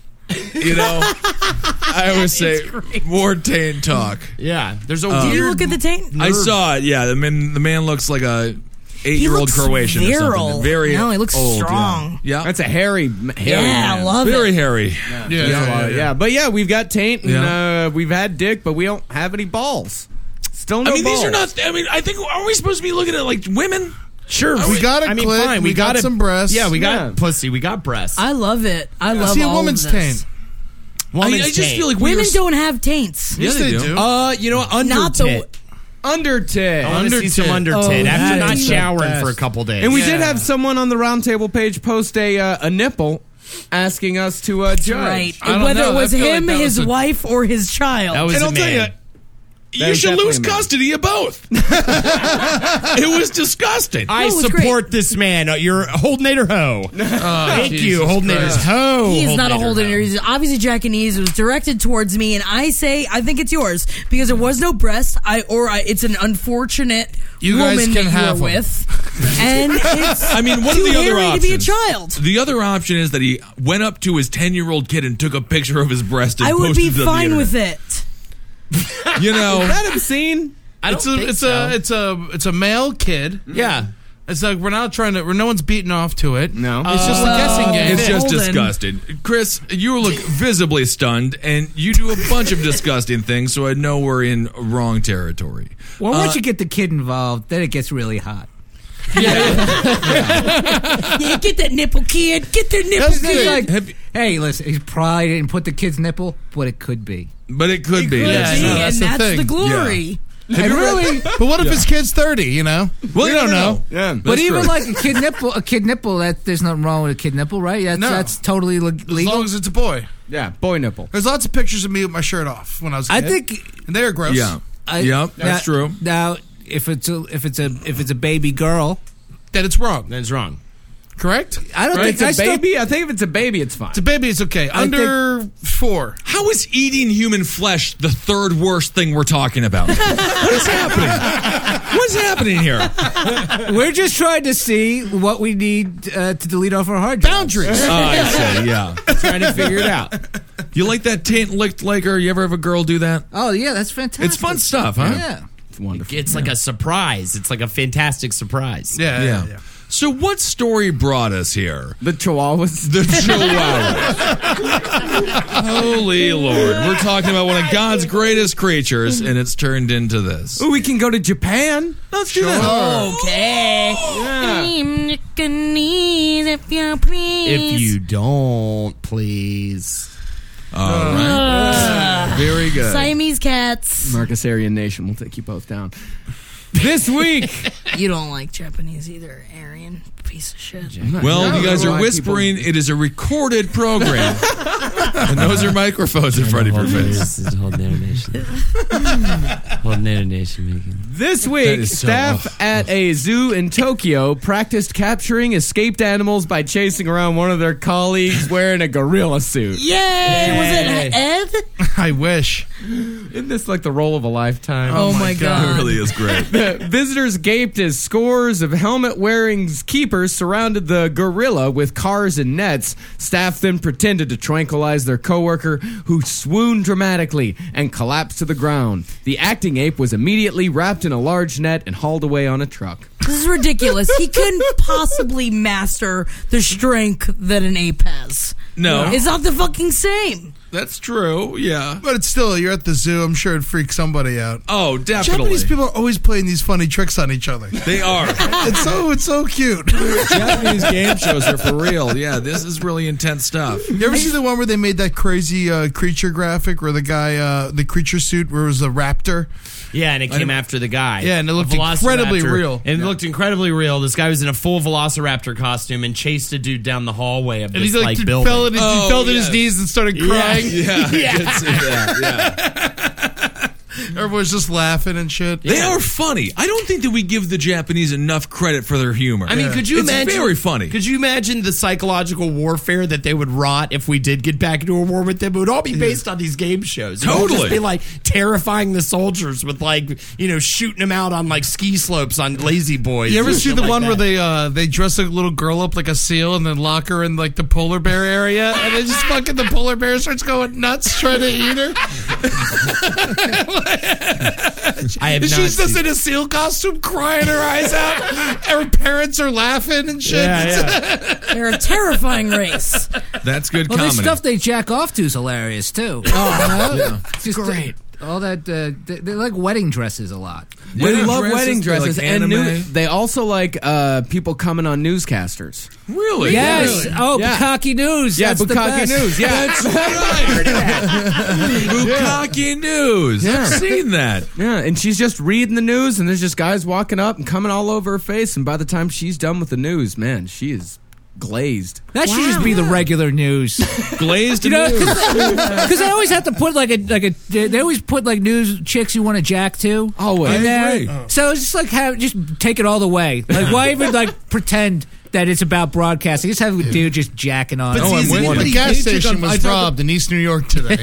J: You know, I always say more taint talk.
G: Yeah, there's a
I: Did you
J: weird
I: look at the taint?
J: I saw it. Yeah, the man. The man looks like a eight-year-old
I: looks
J: Croatian. Or
I: virile.
J: something. Very.
I: No, he looks
J: old, yeah.
I: strong.
J: Yeah.
A: that's a hairy, hairy
I: Yeah, I
A: man.
I: love
J: Very
I: it.
J: hairy.
A: Yeah, yeah, yeah, But yeah, we've got taint and uh, we've had dick, but we don't have any balls. Still no
J: I mean,
A: balls.
J: these are not. I mean, I think are we supposed to be looking at like women?
G: Sure,
J: Are
H: we
J: we-
H: got a
G: I mean,
H: clit.
G: fine.
H: We, got,
G: a-
H: some breasts.
G: Yeah, we got
H: Yeah.
G: pussy. We got breasts.
I: I love it. I love
H: see a
I: all of
H: woman's
I: this.
H: taint.
J: I,
G: Woman's
J: I just
G: taint. Oh,
J: feel like we
I: Women
J: are-
I: don't have taints.
J: Yes, they do.
A: Uh, you know, what? under
I: Not the-
A: tit. under tit.
G: I want to see some under
A: Oh,
G: tit
A: that
G: after not
A: is the
G: showering
A: best.
G: for a couple days.
A: And we did have someone on the roundtable page post a uh, a nipple, asking us to uh, judge.
I: Right.
H: I don't
I: Whether
H: know.
I: it
H: I
I: was
H: feel like
I: him,
H: that
I: his
H: was a-
I: wife, or his child.
G: That was
J: And
G: a
J: I'll tell
G: man.
J: you, you
A: was
J: should
A: definitely
J: lose
A: a man.
J: custody of both. it was disgusting.
G: I
I: No, it was
G: support this man. Uh, You're Holdenator hoe. Thank you,
H: Jesus
G: Holdenator's
H: Christ.
G: hoe.
I: He is not a
G: Holdenator
I: holder.
G: hoe.
I: He's obviously Japanese. It was directed towards me, and I say I think it's yours because there was no breast. I or I, it's an unfortunate
H: You guys
I: woman
H: can
I: that you
H: have
I: were
H: 'em.
I: with, and it's
J: I mean, what are
I: too
J: the other
I: hairy
J: options?
I: to be a child.
J: The other option is that he went up to his ten-year-old kid and took a picture of his breast. And
I: I would be
J: posted it on the
I: fine with
J: internet.
I: it.
J: You know,
A: Is that obscene?
G: I don't
H: It's a
G: think
H: it's
G: so.
H: a it's a it's a male kid.
J: Mm-hmm.
G: yeah.
H: It's like we're not trying to. We're, no one's beating off to it.
A: No.
H: it's just
I: Well,
H: a guessing game.
J: It's just
I: Holden.
J: disgusting. Chris, you look visibly stunned, and you do a bunch of disgusting things, so I know we're in wrong territory.
C: Well, once you get the kid involved, then it gets really hot.
I: Yeah, get that nipple, kid. Get their nipple,
C: It's
I: kid.
C: like,
J: Have you-
C: hey, listen, he probably didn't put the kid's nipple, but it could be.
J: But it could be.
I: Good
J: That's-
I: gee,
H: no,
I: and
H: that's
I: that's,
H: the
I: the,
H: thing.
I: glory.
H: And really, but what if his kid's thirty? You know,
J: Well,
H: we
J: yeah,
H: don't
J: no,
H: know.
J: no. Yeah,
C: But
J: that's
C: even
J: true.
C: like a kid nipple, a kid nipple, that there's nothing wrong with a kid nipple, right? That's
H: No.
C: that's totally le-
H: As
C: legal.
H: long as it's a boy.
A: Yeah, boy nipple.
H: There's lots of pictures of me with my shirt off when I was. a
C: I
H: kid,
C: think-
H: and they're gross.
J: yeah,
C: I-
J: yep, that's
C: now-
J: true.
C: Now, if it's a if it's a if it's a baby girl,
H: that it's wrong.
G: That's wrong.
H: Correct.
C: I don't
A: If
C: think I
A: it's a
C: still-
A: baby, I think if it's a baby, it's fine.
H: It's a baby. It's okay.
C: I
H: Under four.
J: How is eating human flesh the third worst thing we're talking about? what is happening? What's happening here?
C: We're just trying to see what we need uh, to delete off our hard drive.
H: Boundaries.
J: Oh, I see. Yeah.
G: Trying to figure it out.
J: You like that taint licked licker? You ever have a girl do that?
C: Oh yeah, that's fantastic.
J: It's fun stuff, huh?
C: Yeah.
A: It's wonderful.
G: It's like a surprise. It's like a fantastic surprise.
H: yeah, yeah,
J: Yeah.
H: yeah.
J: So what story brought us here?
A: The chihuahuas.
J: The chihuahua. Holy Lord. We're talking about one of God's greatest creatures, and it's turned into this.
A: Ooh, we can go to Japan.
J: Let's do that.
I: Okay. if you please.
G: If you don't, please.
J: All right.
H: Uh.
J: Very good.
I: Siamese cats.
A: Marcus Aryan Nation. We'll take you both down. This week.
I: you don't like Japanese either, Arian. Piece of shit.
J: Well, you guys are
A: Why people-
J: whispering. It is a recorded program. and those are microphones in front of your face.
M: This is whole Native Nation. whole Native Nation making.
A: This week,
M: is so-
A: staff at a zoo in Tokyo practiced capturing escaped animals by chasing around one of their colleagues wearing a gorilla suit.
I: Yay! Was it Ed?
A: I wish. Isn't this like the role of a lifetime?
I: Oh Oh my my God. God. It really
J: is great.
A: the visitors gaped as scores of helmet wearing keepers surrounded the gorilla with cars and nets. Staff then pretended to tranquilize their coworker, who swooned dramatically and collapsed to the ground. The acting ape was immediately wrapped in a large net and hauled away on a truck.
I: This is ridiculous. He couldn't possibly master the strength that an ape has.
J: No.
I: It's not the fucking same.
J: That's true. Yeah.
H: But it's still, you're at the zoo. I'm sure it freaks somebody out.
J: Oh, definitely.
H: Japanese people are always playing these funny tricks on each other.
J: They are.
H: it's so it's so cute.
J: Japanese game shows are for real. Yeah, this is really intense stuff.
H: You ever see the one where they made that crazy uh, creature graphic where the guy, uh, the creature suit, where it was a raptor?
G: Yeah, and it
H: I
G: came
H: don't-
G: after the guy.
H: Yeah, and it
G: A
H: looked incredibly
G: velociraptor.
H: real.
G: And it looked incredibly real. This guy was in a full velociraptor costume and chased a dude down the hallway of
H: And
G: this
H: he's like,
G: like,
H: dude,
G: building.
H: fell on his- he Oh, fell on his yes. knees and started crying.
J: Yeah, I did see that. Yeah.
H: Everyone's just laughing and shit.
J: They are funny. I don't think that we give the Japanese enough credit for their humor.
G: I mean, could you
J: it's
G: imagine?
J: Very funny.
G: Could you imagine the psychological warfare that they would rot if we did get back into a war with them? It would all be based on these game shows. It would all just
J: Totally.
G: be like terrifying the soldiers with like you know shooting them out on like ski slopes on lazy boys.
H: You ever
G: and
H: see
G: shit
H: the
G: like
H: one
G: that.
H: where they uh, they dress a little girl up like a seal and then lock her in like the polar bear area and then just fucking the polar bear starts going nuts trying to eat her?
G: I have
H: And
G: not
H: she's just
G: seen-
H: in a seal costume crying her eyes out. Her parents are laughing and shit.
G: Yeah,
I: They're a terrifying race.
J: That's good
C: Well,
J: comedy.
C: the stuff they jack off to is hilarious too.
H: Oh,
C: You know?
J: yeah.
C: It's just uh,
I: Great.
C: all that uh, they, they like wedding dresses a lot.
A: They love wedding dresses
J: like
A: and new,
J: anime.
A: they also like uh, people coming on newscasters.
J: Really?
C: Yes.
A: Really?
C: Oh,
A: Yeah.
C: Bukkake News.
A: Yeah,
C: That's the
A: Bukkake
C: best.
A: News. Yeah,
J: That's right. Bukaki News.
A: Yeah.
J: I've seen that.
A: Yeah, and she's just reading the news, and there's just guys walking up and coming all over her face. And by the time she's done with the news, man, she is glazed.
C: That should just be the regular news.
J: Glazed
C: You know, because they always have to put like a like a they they always put like news chicks you want to jack to.
A: Always.
C: And
A: I
C: then-
A: agree.
C: So it's just like have just take it all the way. Like why even like pretend that it's about broadcasting? Just have a dude just jacking on.
H: But see, see, the gas station was robbed in East New York today.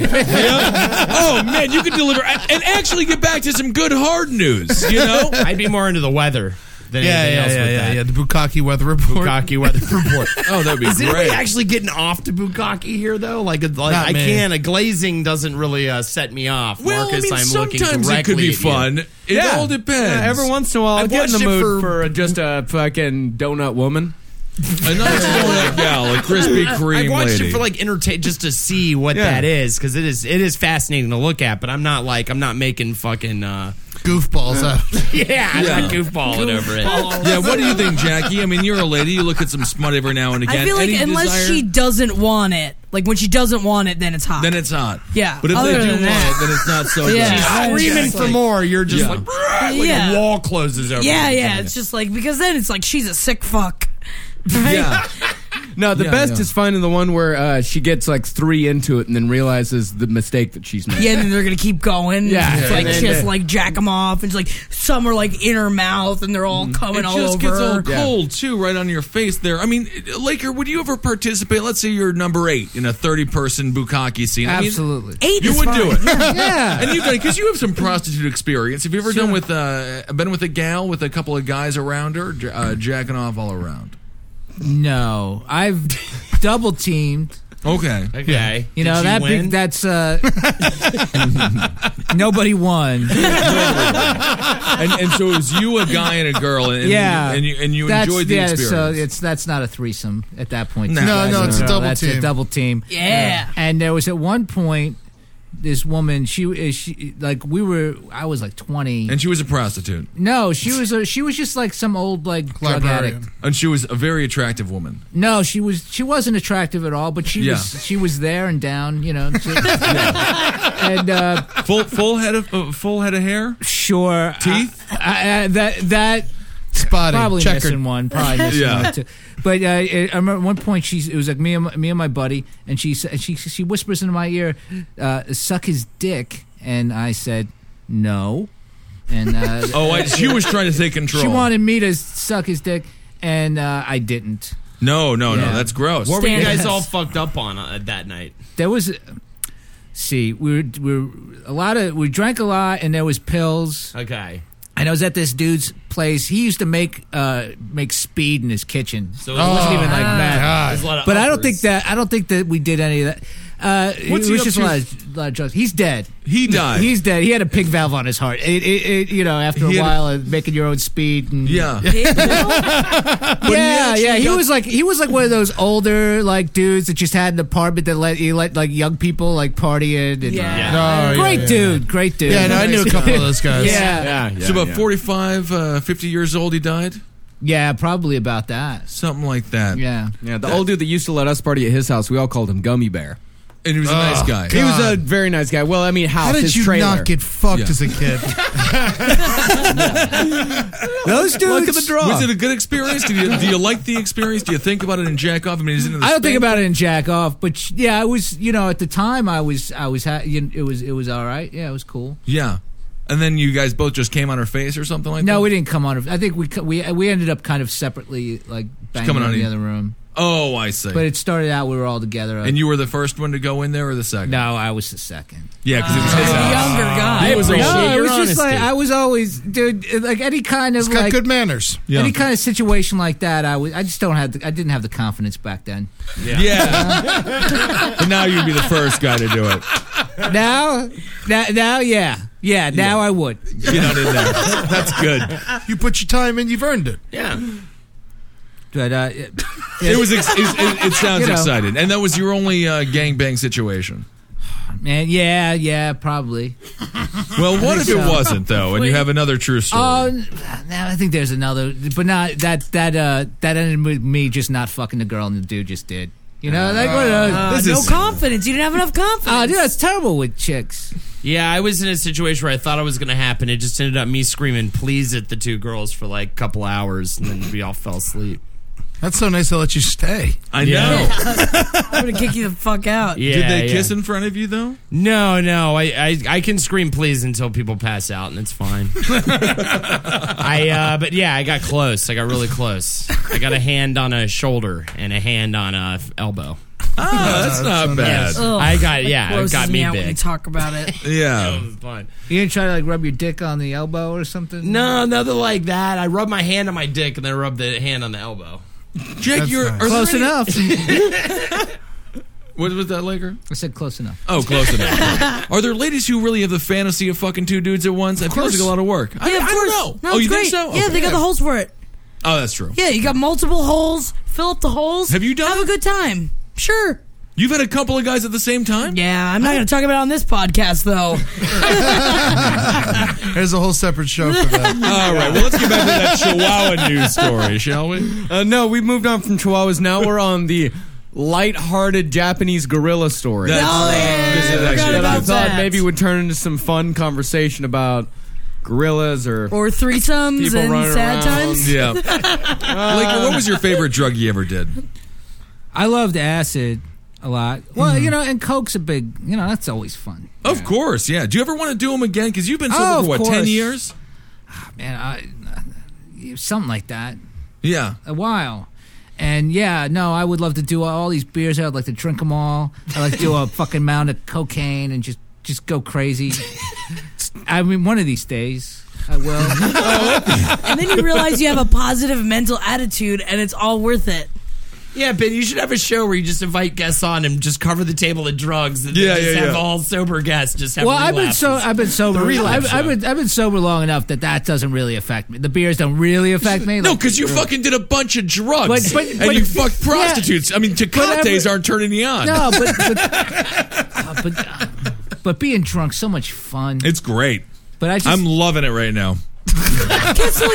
J: Oh man, you could deliver and actually get back to some good hard news. You know,
G: I'd be more into the weather than
H: Yeah,
G: anything
H: yeah,
G: else
H: yeah,
G: with
H: yeah,
G: that.
H: yeah. The Bukaki weather report.
G: Bukaki weather report.
J: Oh, that'd be
G: Is anybody
J: great.
G: actually getting off to Bukaki here though? Like, a- like
J: Not
G: I
J: me.
G: can't. A glazing doesn't really uh, set me off.
J: Oh, Well, I
G: Marcus,
J: mean,
G: am looking
J: sometimes it
G: directly
J: could be
G: at you.
J: fun. It
A: Yeah.
J: all depends.
A: Yeah, every once in a while, I'll
G: I've
A: get in the
G: watched it
A: mood for,
G: for-
A: just a fucking donut woman.
J: A nice donut gal, a Krispy Kreme
G: I watched
J: lady.
G: it for like entertain just to see what
J: Yeah.
G: that is because it is it is fascinating to look at. But I'm not like I'm not making fucking uh,
H: Goofballs out.
G: yeah, I'm
J: Yeah.
G: not goofballing over it.
J: yeah, what do you think, Jackie? I mean, you're a lady. You look at some smut every now and again.
I: I feel like
J: Any
I: unless
J: desire,
I: she doesn't want it, like when she doesn't want it, then it's hot.
J: then it's hot.
I: Yeah,
J: but if
I: other
J: they do want
I: than that.
J: it, then it's not so.
I: Yeah.
J: good.
I: She's I
G: Screaming for more, you're just
J: Yeah.
G: like, "Brrr," like
I: Yeah.
G: a wall closes over.
I: yeah,
G: you.
I: yeah. It's just like because then it's like she's a sick fuck. Right?
A: Yeah. No, the
J: Yeah,
A: best
J: yeah.
A: is finding the one where uh, she gets like three into it and then realizes the mistake that she's made.
I: Yeah, and then they're gonna keep going.
A: Yeah.
I: It's like
A: Yeah.
I: she has to
A: Yeah.
I: like jack them off, and it's like some are like in her mouth, and they're all coming
J: Mm-hmm. it just
I: all over.
J: gets all
I: her.
J: cold too, right on your face there. I mean, Laker, would you ever participate? Let's say you're number eight in a thirty-person bukkake scene. I mean,
C: Absolutely.
I: Eight
J: you
I: is
J: would
I: fine.
J: do it.
C: Yeah.
J: and you've because you have some prostitute experience. Have you ever done with uh, been with a gal with a couple of guys around her, j- uh, jacking off all around?
C: No, I've double teamed.
J: Okay,
G: Okay.
C: You know
G: Did
C: that
G: win?
C: big, that's uh, nobody won.
J: and, and so it was you, a guy, and a girl, and,
C: yeah,
J: and you and you
C: That's-
J: enjoyed the
C: yeah,
J: experience.
C: So it's that's not a threesome at that point.
J: No.
C: Two
J: No,
C: guys
H: no,
C: and
H: it's a double
C: that's
H: team.
C: a double team.
I: Yeah.
C: and there was at one point this woman. She is she like we were. I was like twenty.
J: And she was a prostitute.
C: no, she was a, she was just like some old like drug addict.
J: And she was a very attractive woman.
C: No, she was she wasn't attractive at all, but she
J: Yeah.
C: was she was there and down, you know. she- And uh,
J: full full head of uh, full head of hair.
C: Sure.
J: Teeth.
C: I, I, that that spotty probably
J: Checkered.
C: missing one. Probably missing
J: Yeah.
C: one too. But uh, I I remember at one point she it was like me and my, me and my buddy, and she sa- she she whispers into my ear, uh, "Suck his dick," and I said, "No." And uh,
J: oh, I, she was trying to take control.
C: She wanted me to suck his dick, and uh, I didn't.
J: no, no,
C: Yeah.
J: no. That's gross.
C: What
M: Were you guys
C: Yes.
M: all fucked up on uh, that night?
C: There was, see, we were, we were a lot of we drank a lot, and there was pills.
M: Okay.
C: And I was at this dude's place. He used to make uh, make speed in his kitchen. So it
H: Oh,
C: wasn't even like that.
M: There's a lot of
C: But I don't
M: uppers.
C: think that I don't think that we did any of that. Uh,
M: What's he
C: it was
M: up
C: just a
M: to?
C: lot of, lot of drugs. He's dead.
J: He died.
C: He's dead. He had a pig valve on his heart. It, it, it you know, after
J: He
C: a
J: had a-
C: while, of making your own speed. And,
J: Yeah.
C: yeah, yeah. He
J: got-
C: was like he was like one of those older like dudes that just had an apartment that let you let like young people like party in. And,
J: Yeah. Yeah. Oh, yeah,
C: great
J: yeah,
C: dude, great dude.
J: Yeah, no, I knew a couple of those guys.
C: yeah,
J: so about 45, uh, 50 years old, he died?
C: Yeah, probably about that.
J: Something like that.
C: Yeah.
A: Yeah, the old dude that used to let us party at his house, we all called him Gummy Bear.
J: And he was a nice guy.
A: He was a
J: God.
A: very nice guy. Well, I mean, house.
J: How did
A: his
J: you
A: trailer.
J: not get fucked Yeah. as a
A: kid?
C: Those dudes.
J: Look at the draw. Was it a good experience? Do you, do you like the experience? Do you think about it and jack off? I mean, is it in the
C: I don't think
J: spank-
C: about it in jack off, but sh- yeah, I was you know at the time I was I was ha- you it was it was all right. Yeah, it was cool.
J: Yeah. And then you guys both just came on her face or something like that?
C: no, we didn't come on. I think we co- we we ended up kind of separately like banging
J: coming
C: in
J: on
C: the
J: you.
C: other room.
J: Oh, I see.
C: But it started out we were all together.
J: and you were the first one to go in there or the second?
C: No, Uh, I was the second.
J: Yeah, because it was his house.
I: Younger guy.
J: He was a-
C: no,
J: Appreciate
C: Oh, it was
J: your
C: just like
J: honesty.
C: I was always dude like any kind of
H: He's got
C: like
H: good manners.
J: Yeah.
C: Any kind of situation like that, I was I just don't have the, I didn't have the confidence back then.
J: Yeah. but now you'd be the first guy to do it.
C: now, now, now, yeah, yeah. Now I would.
J: Get out in there. That's good.
H: You put your time in, you've earned it.
M: Yeah.
C: But, uh, it,
J: It was. Ex- it, it, it sounds
C: You know.
J: exciting, and that was your only uh, gangbang situation.
C: Man, yeah, yeah, probably.
J: Well,
C: I
J: what if
C: think
J: it
C: so.
J: wasn't though, and you have another true story?
C: Oh, n- now I think there's another, but not that that uh that ended with me just not fucking the girl and the dude just did. You know, like what?
M: Uh,
C: Uh,
M: This
I: no confidence. You didn't have enough confidence.
J: Uh,
C: Oh, dude, that's terrible with chicks.
M: Yeah, I was in a situation where I thought it was going to happen. It just ended up me screaming "please" at the two girls for like a couple hours, and then we all fell asleep.
H: That's so nice they let you stay.
J: I
M: Yeah.
I: I'm gonna kick you the fuck out.
M: Yeah,
J: Did they
M: yeah.
J: kiss in front of you though?
M: No, no, I, I, I can scream "please" until people pass out, and it's fine. I, uh, but yeah, I got close. I got really close. I got a hand on a shoulder and a hand on a f- elbow.
J: Oh, that's not bad.
C: Oh.
I: Ugh,
M: I got
I: that
M: yeah, it
I: grosses
M: got me
I: out When you
M: big.
I: talk about it.
J: Yeah.
M: It was fun.
C: You didn't try to like rub your dick on the elbow or something?
M: No, nothing like that. I rubbed my hand on my dick and then I rubbed the hand on the elbow.
J: Jake, you're are there
C: close
J: any-
C: enough.
J: What was that, Laker?
C: I said close enough.
J: Oh, close enough. Are there ladies who really have the fantasy of fucking two dudes at once? That feels
I: course.
J: like a lot of work. I,
I: Yeah, of
J: I don't
I: course.
J: know.
I: No,
J: oh,
I: it's
J: you
I: great.
J: think so?
I: Yeah,
J: Okay.
I: they got the holes for it.
J: Oh, that's true.
I: Yeah, you got multiple holes. Fill up the holes.
J: Have you done
I: Have a good time. Sure.
J: You've had a couple of guys at the same time.
I: Yeah, I'm not going to talk about it on this podcast though.
H: There's a whole separate show for that.
J: All right. Well, let's get back to that Chihuahua news story, shall we?
A: Uh, no, we've moved on from Chihuahuas. Now we're on the light-hearted Japanese gorilla story.
J: That's-
I: Oh, yeah.
J: this is
I: I forgot
J: actually-
A: that I
I: about
A: thought
I: that.
A: maybe would turn into some fun conversation about gorillas or
I: or threesomes
A: People running
I: and sad
A: around.
I: times.
J: Yeah. Laker, what was your favorite drug you ever did?
C: I loved acid a lot. Well,
M: Mm-hmm.
C: you know, and coke's a big. You know, that's always fun.
J: Of course, yeah. Do you ever want to do them again? Because you've been sober
C: Oh,
J: for
C: of
J: what, ten
C: course.
J: years?
C: Man, I, something like that.
J: Yeah.
C: a while. And yeah, no, I would love to do all these beers. I'd like to drink them all. I like to do a fucking mound of cocaine and just just go crazy. I mean, one of these days I will.
I: And then you realize you have a positive mental attitude and it's all worth it.
M: Yeah, Ben, you should have a show where you just invite guests on and just cover the table of drugs. And then
J: Yeah,
M: just
J: yeah,
M: have
J: yeah.
M: all sober guests just have.
C: well, I've been
M: relapses.
C: so I've been sober.
M: relapse
C: I've, I've been I've been sober long enough that that doesn't really affect me. The beers don't really affect me.
J: No,
C: Like,
J: because you fucking did a bunch of drugs
C: But- but-
J: and
C: but-
J: you fucked
C: yeah.
J: prostitutes. I mean,
C: But
J: Tecates
C: every-
J: aren't turning you on.
C: no, but but, uh, but uh, But being drunk's so much fun.
J: It's great.
C: But I just-
J: I'm loving it right now.
I: Kessler,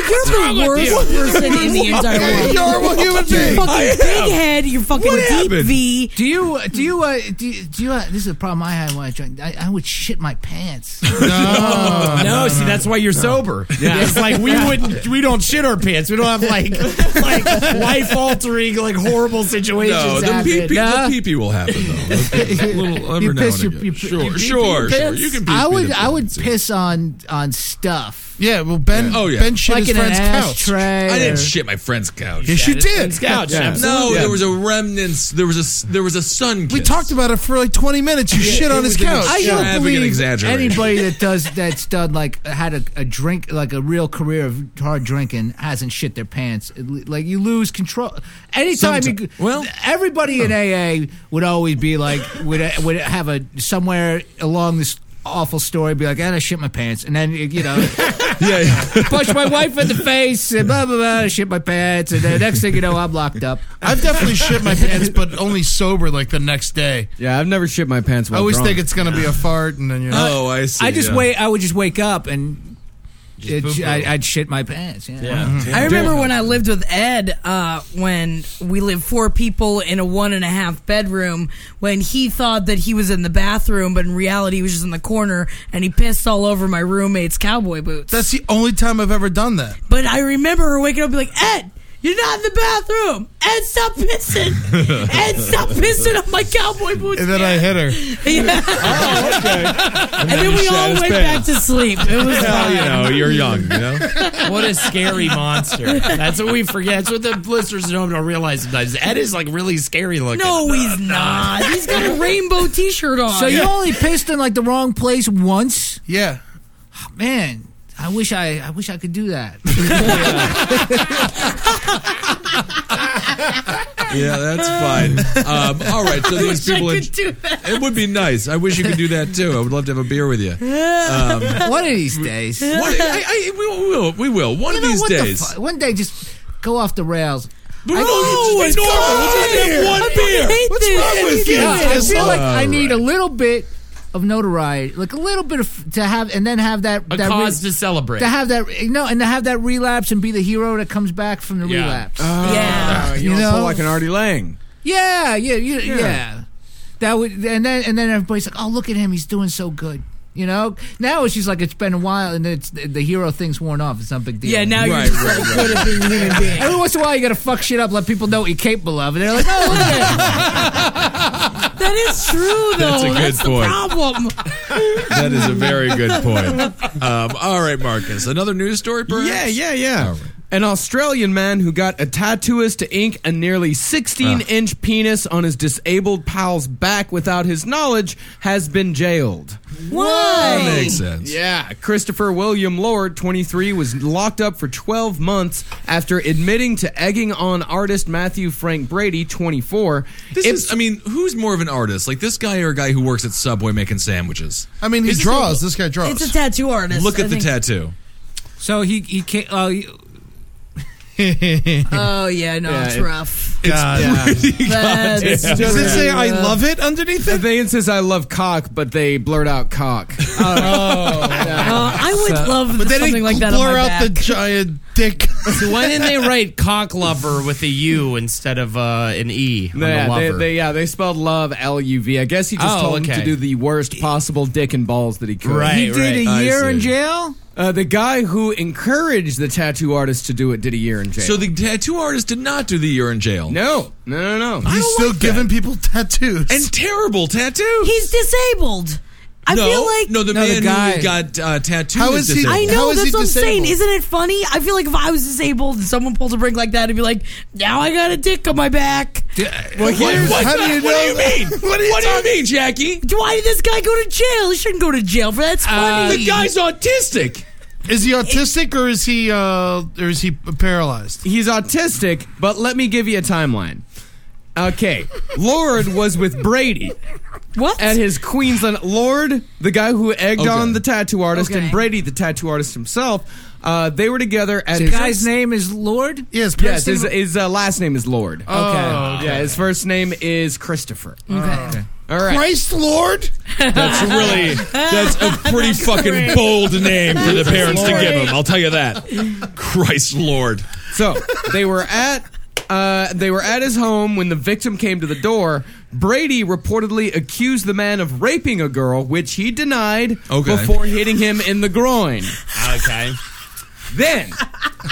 I: you're the worst person in the entire world.
D: You're a horrible human
I: Your
D: being. I
I: fucking
D: am.
I: big head. Your fucking
D: What
I: deep
D: happened?
I: V.
C: Do you do you uh, do you, do you uh, this is a problem I had when I drank. I, I would shit my pants.
L: No, no, see, that's why you're sober.
C: Yeah.
L: It's like we wouldn't, we don't shit our pants. We don't have like, like life altering, like horrible situations.
J: No, the
L: happen.
J: pee pee
L: Nah.
J: pee pee will happen though. A little every
L: You
J: now
L: piss
J: and
L: your-
J: again.
L: you-
J: sure,
L: you pee pee your
J: sure, sure.
L: pants?
J: You can pee.
C: I
J: pee
C: would
J: the
C: I would
J: pants.
C: piss on on stuff.
H: Yeah, well, Ben.
J: Oh yeah,
H: Ben shit
C: Like
H: his
C: in an
H: friend's couch.
C: ashtray
J: I
C: or-
J: didn't shit my friend's couch.
H: Yes, you Yeah, did. his couch,
J: No,
H: absolutely.
J: there was a remnants. There was a there was a sun.
H: We
J: kiss.
H: talked about it for like 20 minutes. You
J: Yeah,
H: shit
J: it
H: on his
J: was an
H: couch.
C: I don't
J: Extravagant
C: believe
J: exaggeration.
C: anybody that does that's done like had a, a drink like a real career of hard drinking hasn't shit their pants. It le- Like you lose control. Anytime you
L: Sometime-
C: well, everybody in AA would always be like would would have a somewhere along this awful story be like, "Ah, I shit my pants," and then you know,
J: yeah,
C: punch my wife in the face and blah blah blah, I shit my pants, and the next thing you know, I'm locked up.
H: I've definitely shit my pants, but only sober like the next day.
A: Yeah, I've never shit my pants.
H: I
A: While
H: always
A: drunk.
H: think it's going to be a fart, and then you're like,
J: Oh, I see.
C: I just
J: yeah.
C: wait. I would just wake up and it-
H: poo-poo.
C: I, I'd shit my pants. Yeah.
I: I remember when I lived with Ed, uh, when we lived four people in a one and a half bedroom, when he thought that he was in the bathroom, but in reality he was just in the corner and he pissed all over my roommate's cowboy boots.
H: That's the only time I've ever done that.
I: But I remember her waking up and be like, Ed, you're not in the bathroom. Ed, stop pissing. Ed, stop pissing on my cowboy boots.
H: And then I hit her.
I: Yeah. And then we all went back to sleep. It was
L: Well,
I: fine.
L: you
J: know, you're young, you know?
L: what a scary monster. That's what we forget. That's what the listeners at home don't realize sometimes. Ed is like really scary looking.
I: No, he's not. He's got a rainbow T-shirt on.
C: So you only pissed in like the wrong place once,
H: Yeah.
C: man. I wish I, I wish I could do that.
J: Yeah, that's fine. Um, all right, so these people. in- It would be nice. I wish you could do that too. I would love to have a beer with you. Um,
C: one of these days.
J: one, I, I, we will- we will. We will. One
C: You
J: of
C: know,
J: these
C: what the
J: days.
C: fu- one day, just go off the rails. I-
J: No, it's normal. We'll just have one
C: I
J: beer.
C: hate
J: What's
C: this.
J: wrong with
C: Yeah,
J: you?
C: I feel like I
J: All
C: need a little bit of notoriety, like a little bit of to have, and then have that
L: A
C: that
L: cause to celebrate.
C: to have that no, and to have that relapse and be the hero that comes back from the
L: Yeah.
C: relapse.
A: Uh, you,
C: You
A: don't
C: know?
A: pull like an Artie Lang.
C: Yeah, yeah, yeah,
A: Yeah.
C: yeah. That would, and then and then everybody's like, "Oh, look at him, he's doing so good." You know, now it's just like it's been a while, and it's the the hero thing's worn off. It's not a big deal.
I: Yeah, now you're
J: Right,
I: just
J: right,
I: so
J: right.
I: good at being a human being.
C: Every once in a while, you gotta fuck shit up, let people know what you're capable of, and they're like, "Oh, look at him."
I: That is true, though.
J: That's a good
I: the
J: point.
I: problem.
J: That is a very good point. Um, all right, Marcus. Another news story, perhaps?
A: Yeah, yeah, yeah. An Australian man who got a tattooist to ink a nearly 16
J: Ah.
A: inch penis on his disabled pal's back without his knowledge has been jailed.
J: That
I: Why?
J: makes sense.
A: Yeah, Christopher William Lord, 23, was locked up for 12 months after admitting to egging on artist Matthew Frank Brady, 24.
J: This
A: If-
J: is, I mean, who's more of an artist? Like this guy or a guy who works at Subway making sandwiches?
H: I mean, he
J: Is this
H: draws. This guy draws.
I: It's a tattoo artist.
J: Look at
I: I
J: the
I: think.
J: tattoo.
C: So he he can't. Uh,
I: Oh yeah, no,
A: Yeah,
I: it's
A: it-
I: rough.
A: Yeah.
I: That's
H: Does it say I
I: rough.
H: love it underneath it?
A: They insist I love cock, but they blurt out cock.
I: Uh, I would love
H: But they
I: something
H: didn't
I: like that. on
H: blur
I: my
H: out
I: back.
H: the giant dick.
L: So why didn't they write cock lover with a U instead of uh, an E on the
A: Yeah, they,
L: lover?
A: they, yeah, they spelled love L U V. I guess he just
L: Oh,
A: told him
L: okay.
A: to do the worst possible dick and balls that he could.
L: Right,
C: he did
L: right.
C: a
J: I
C: year in
J: see.
C: jail.
A: Uh, the guy who encouraged the tattoo artist to do it did a year in jail.
J: So the tattoo artist did not do the year in jail.
A: no, no, no, no.
H: He's still giving people tattoos.
J: And terrible tattoos.
I: He's disabled. I
J: no,
I: feel like
J: no, the
C: No, the
J: man
C: guy-
J: who got uh, tattooed.
H: How is he-
J: disabled.
I: I
H: How
I: know
H: is
I: that's
H: he
I: what I'm saying.
H: disabled?
I: Isn't it funny? I feel like if I was disabled and someone pulled a brick like that, it'd be like, now I got a dick on my back.
H: Well, here's-
J: What,
H: how do you
J: what
H: know
J: do you mean? What, do you mean, Jackie?
I: Why did this guy go to jail? He shouldn't go to jail for that. It's funny.
J: the guy's autistic.
H: Is he autistic or is he uh or is he paralyzed?
A: He's autistic, but let me give you a timeline. Okay, Lord was with Brady
I: what?
A: at his Queensland. Lord, the guy who egged
J: Okay.
A: on the tattoo artist,
I: Okay.
A: and Brady, the tattoo artist himself, uh, they were together at
C: The
A: his
C: guy's name is Lord.
H: Yes,
A: Yes, his, his uh, last name is Lord.
H: Oh,
A: Yeah, his first name is Christopher.
I: okay.
A: All right.
H: Christ Lord?
J: That's really that's a pretty
H: That's
J: fucking
H: great.
J: bold name for the
H: That's
J: parents to
H: great.
J: give him. I'll tell you that. Christ Lord.
A: So they were at uh, they were at his home when the victim came to the door. Brady reportedly accused the man of raping a girl, which he denied
J: Okay.
A: before hitting him in the groin.
J: Okay.
A: Then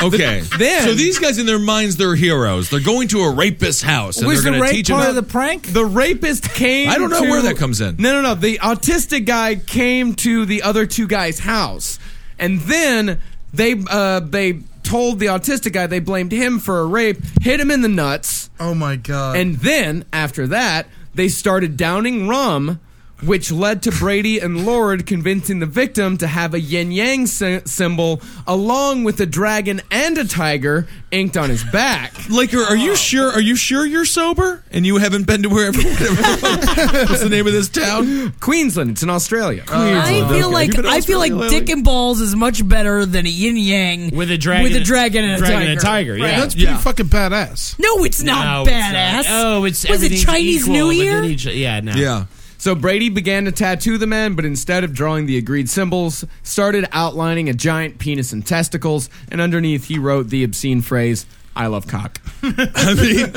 J: Okay.
A: then-
J: so these guys in their minds they're heroes. They're going to a rapist's house and
A: was
J: they're
A: the
J: going to
A: rape
J: teach him
A: part
J: how-
A: of the prank? The rapist came.
J: I don't know
A: to-
J: where that comes in.
A: No, no, no. The autistic guy came to the other two guys' house, and then they uh, they told the autistic guy they blamed him for a rape, hit him in the nuts.
N: Oh my god!
A: And then after that, they started downing rum. Which led to Brady and Lord convincing the victim to have a yin yang sy- symbol along with a dragon and a tiger inked on his back.
J: Laker, are you sure? Are you sure you're sober and you haven't been to where everyone? What's the name of this town?
A: Queensland. It's in Australia.
I: I feel like I feel like Dick and Balls is much better than a yin yang
G: With a dragon-
I: with a dragon and
G: dragon
I: a tiger.
G: and a tiger, yeah.
H: That's pretty
G: Yeah.
H: fucking badass.
I: No, it's not
G: No,
I: badass.
G: It's not. Oh, it's
I: was it
G: everything's
I: Chinese
G: equal
I: New
G: within
I: Year?
G: each- yeah, no.
A: So Brady began to tattoo the man, but instead of drawing the agreed symbols, started outlining a giant penis and testicles, and underneath he wrote the obscene phrase, I love cock.
J: I mean,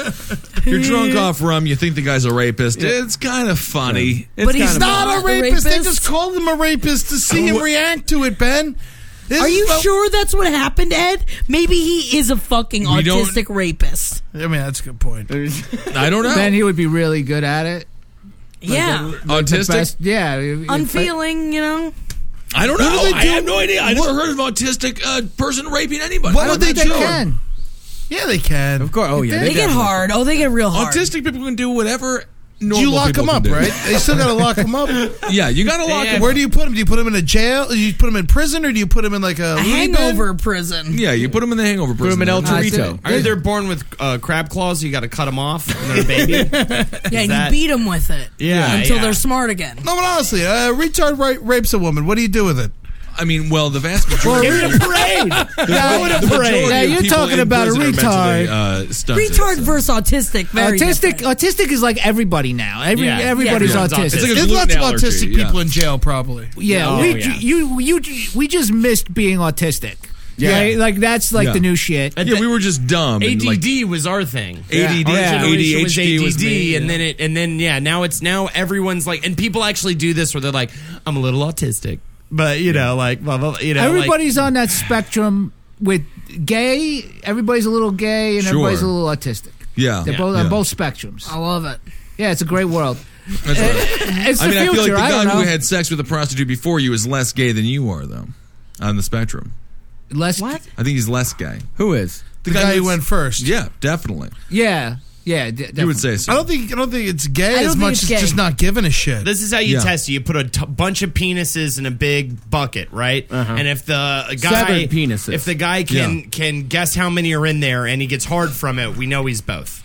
J: you're drunk off rum. You think the guy's a rapist.
A: Yeah.
J: It's kind of funny.
H: but he's not a rapist. They just called him a rapist to see him
J: What-
H: react to it, Ben. This
I: Are
H: is
I: you
H: about-
I: sure that's what happened, Ed? Maybe he is a fucking
H: We don't-
I: autistic rapist.
H: I mean, that's a good point.
J: I don't know.
C: Then he would be really good at it.
I: Yeah.
C: the
J: Autistic?
C: best- yeah. if- if-
I: Unfeeling, you know?
J: I don't
I: What
J: know.
I: do they
J: I
I: do?
J: have no idea. I
I: What-
J: never heard of an autistic uh, person raping anybody.
H: What
J: I
H: would
J: don't
H: they
J: think
H: do?
J: so.
H: Yeah, they can. Of
A: course. Oh,
I: They, get hard. Oh, they get real hard.
J: Autistic people can do whatever. Normal
H: you lock
J: people
H: them
J: can
H: up,
J: do.
H: right? They still gotta lock them up.
J: Yeah, you gotta lock 'em
H: Where
J: up.
H: do you put them? Do you put them in a jail? Do you put them in prison, or do you put them in like
I: A
H: a, loony bin?
I: hangover prison.
J: Yeah, you put them in the hangover prison.
A: them in El
J: That's it.
A: Torito.
G: I mean, they're born with uh, crab claws. You got to cut them off when they're a baby.
I: Yeah, and
G: that-
I: you beat them with it.
G: Yeah,
I: Until
G: yeah.
I: they're smart again.
H: No, but honestly, a retard ra- rapes a woman. What do you do with it?
J: I mean, well, the vast majority.
H: Give it a parade.
J: Yeah,
H: Give it a
J: the majority
H: parade.
J: of
H: Now, you're
J: people
H: talking
J: in
H: about a
J: prison are mentally, Uh, stunted.
I: Retard versus autistic. Very
C: autistic. Autistic is like everybody now. Every
J: Yeah.
C: everybody's
J: Yeah.
C: autistic.
J: It's like a
H: There's
J: gluten
H: lots of
J: allergy,
H: autistic
J: yeah.
H: people in jail, probably.
C: Yeah,
G: Oh,
C: we
G: yeah.
C: you you we just missed being autistic.
J: Yeah.
C: Yeah, like that's like
J: Yeah.
C: the new shit.
J: Yeah, we were just dumb. and,
G: ADD
J: like,
G: was our thing.
J: Yeah. ADD,
G: Our generation was
J: ADHD
G: ADD,
J: was me,
G: and
J: yeah.
G: then it, and then yeah, now it's now everyone's like, and people actually do this where they're like, I'm a little autistic, but you know, like, blah, blah, blah, you know, like-
C: everybody's on that spectrum with gay. Everybody's a little gay and
J: Sure.
C: everybody's a little autistic.
J: Yeah.
C: they're
J: Yeah.
C: both
J: Yeah.
C: on both spectrums.
I: I love it.
C: Yeah, it's a great world.
J: That's right.
C: It's the
J: I mean,
C: future.
J: I feel like
C: I
J: the guy
C: don't know.
J: who had sex with a prostitute before you is less gay than you are, though, on the spectrum.
C: less. What?
J: I think he's less gay.
A: Who is?
H: The, guy, who went first.
J: Yeah, definitely.
C: Yeah, yeah. d-
J: You would say
H: I
J: so.
H: don't think I don't think it's
I: I
H: gay
I: don't
H: as
I: think
H: much
I: it's
H: as
I: gay.
H: just not giving a shit.
G: This is how you
J: Yeah.
G: test it. You put a t- bunch of penises in a big bucket, right?
J: Uh-huh.
G: And if the guy
A: Severed penises.
G: if the guy can can guess how many are in there and he gets hard from it, we know he's both.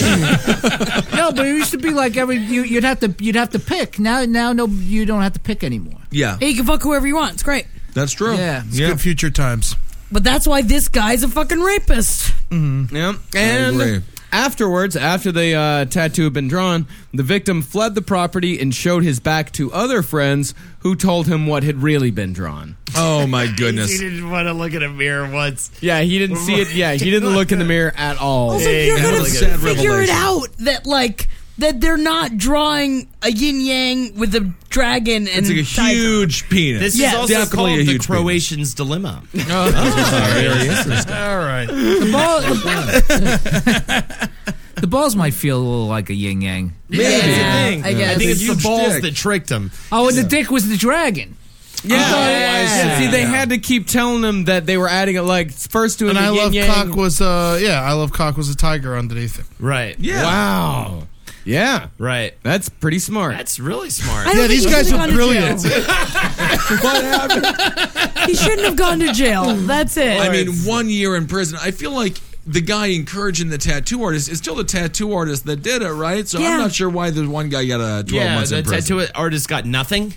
C: no, but it used to be like every you, you'd have to you'd have to pick. Now, now, no, you don't have to pick anymore.
J: Yeah,
I: Hey, you can fuck whoever you want. It's great.
J: that's true.
C: Yeah.
H: It's good future times.
I: But that's why this guy's a fucking rapist.
A: Yeah. And
J: agree.
A: afterwards, after the uh, tattoo had been drawn, the victim fled the property and showed his back to other friends who told him what had really been drawn.
J: Oh my goodness.
G: didn't want to look at a mirror once.
A: Yeah, he didn't see it. Yeah, he didn't look in the mirror at all.
I: Also,
G: Yeah,
I: you're
G: yeah,
I: gonna
G: really
I: figure
G: good.
I: it
J: Revelation.
I: out that like that they're not drawing a yin yang with a dragon and
J: It's like a
I: tiger.
J: huge penis.
G: This
I: Yes.
G: is also
J: Definitely
G: called
J: a
G: the
J: huge
G: Croatian's dilemma.
H: Oh, All right.
C: The ball, the- the balls might feel a little like a yin yang.
G: Yeah, that's the thing.
I: I guess.
G: I think
I: It's
G: it's
J: a
G: the
J: huge
G: balls
J: dick.
G: that tricked him.
C: Oh, and the dick was the dragon.
A: Yeah.
G: Yeah.
A: See, they had to keep telling him that they were adding it like first doing
H: And
A: the
H: I love
A: yin-yang.
H: cock was uh yeah I love cock was a tiger underneath it.
G: Right.
J: Yeah.
A: Wow. Yeah.
G: Right.
A: That's pretty smart.
G: That's really smart.
I: I don't
H: Yeah,
I: think
H: these
I: he
H: guys
I: should've
H: are
I: gone to
H: brilliant.
I: jail. he shouldn't have gone to jail. That's it.
J: I mean, one year in prison. I feel like the guy encouraging the tattoo artist is still the tattoo artist that did it, right? So
I: Yeah.
J: I'm not sure why the one guy got a 12
G: Yeah,
J: months
G: the
J: in prison.
G: tattoo artist got nothing.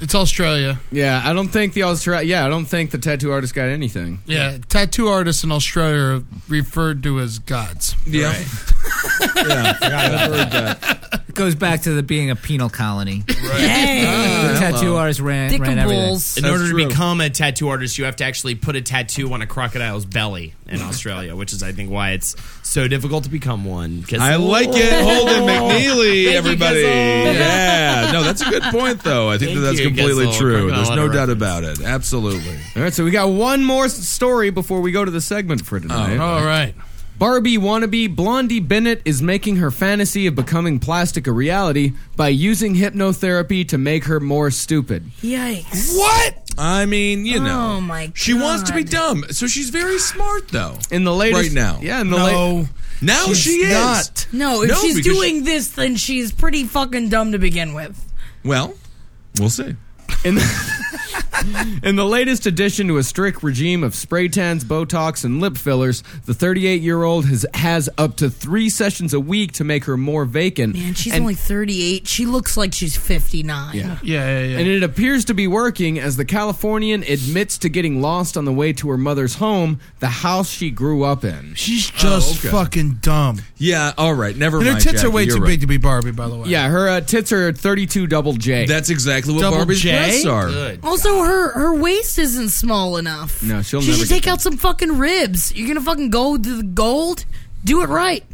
H: It's Australia.
A: yeah, I don't think the Austra- yeah, I don't think the tattoo artist got anything.
H: Yeah, tattoo artists in Australia are referred to as gods.
J: yeah. yeah.
C: goes back to the being a penal colony.
A: Uh,
I: Hey.
C: the tattoo artist ran, ran everything.
M: In order to become a tattoo artist, you have to actually put a tattoo on a crocodile's belly in Australia, which is, I think, why it's so difficult to become one. 'cause-
O: I like it, Holden McNeely, everybody. Yeah, no, that's a good point, though. I think
A: Thank
O: that that's
A: you,
O: completely
A: Gizmo.
O: true.
A: Crocodile
O: There's no
A: under
O: doubt about it. Absolutely.
A: All right, so we got one more s- story before we go to the segment for tonight.
O: Oh, all
A: right. Barbie wannabe Blondie Bennett is making her fantasy of becoming plastic a reality by using hypnotherapy to make her more stupid.
I: Yikes.
J: What?
O: I mean, you
I: know. Oh my god.
J: She wants to be dumb, so she's very smart though.
A: In the latest,
J: right now,
A: yeah, in the
J: no,
A: late-
J: now
A: She's
J: she is.
A: not.
I: No, if
J: No,
I: she's
J: because
I: doing this, then she's pretty fucking dumb to begin with.
J: Well, we'll see.
A: In the, in the latest addition to a strict regime of spray tans, Botox, and lip fillers, the 38 year old has, has up to three sessions a week to make her more vacant.
I: Man, she's
A: And-
I: only 38. She looks like she's 59.
A: Yeah.
H: Yeah, yeah,
A: And it appears to be working as the Californian admits to getting lost on the way to her mother's home, the house she grew up in.
H: She's just fucking dumb.
A: Yeah, all right, never
H: and her tits are way too big to be Barbie, by the way.
A: Yeah, her uh, tits are 32 double J.
O: That's exactly
H: what Double Barbie's J? breasts are.
I: Also, her her waist isn't small enough.
A: No, she'll
I: She
A: never
I: should
A: get
I: take out some fucking ribs. You're gonna fucking go to the gold. Do it right.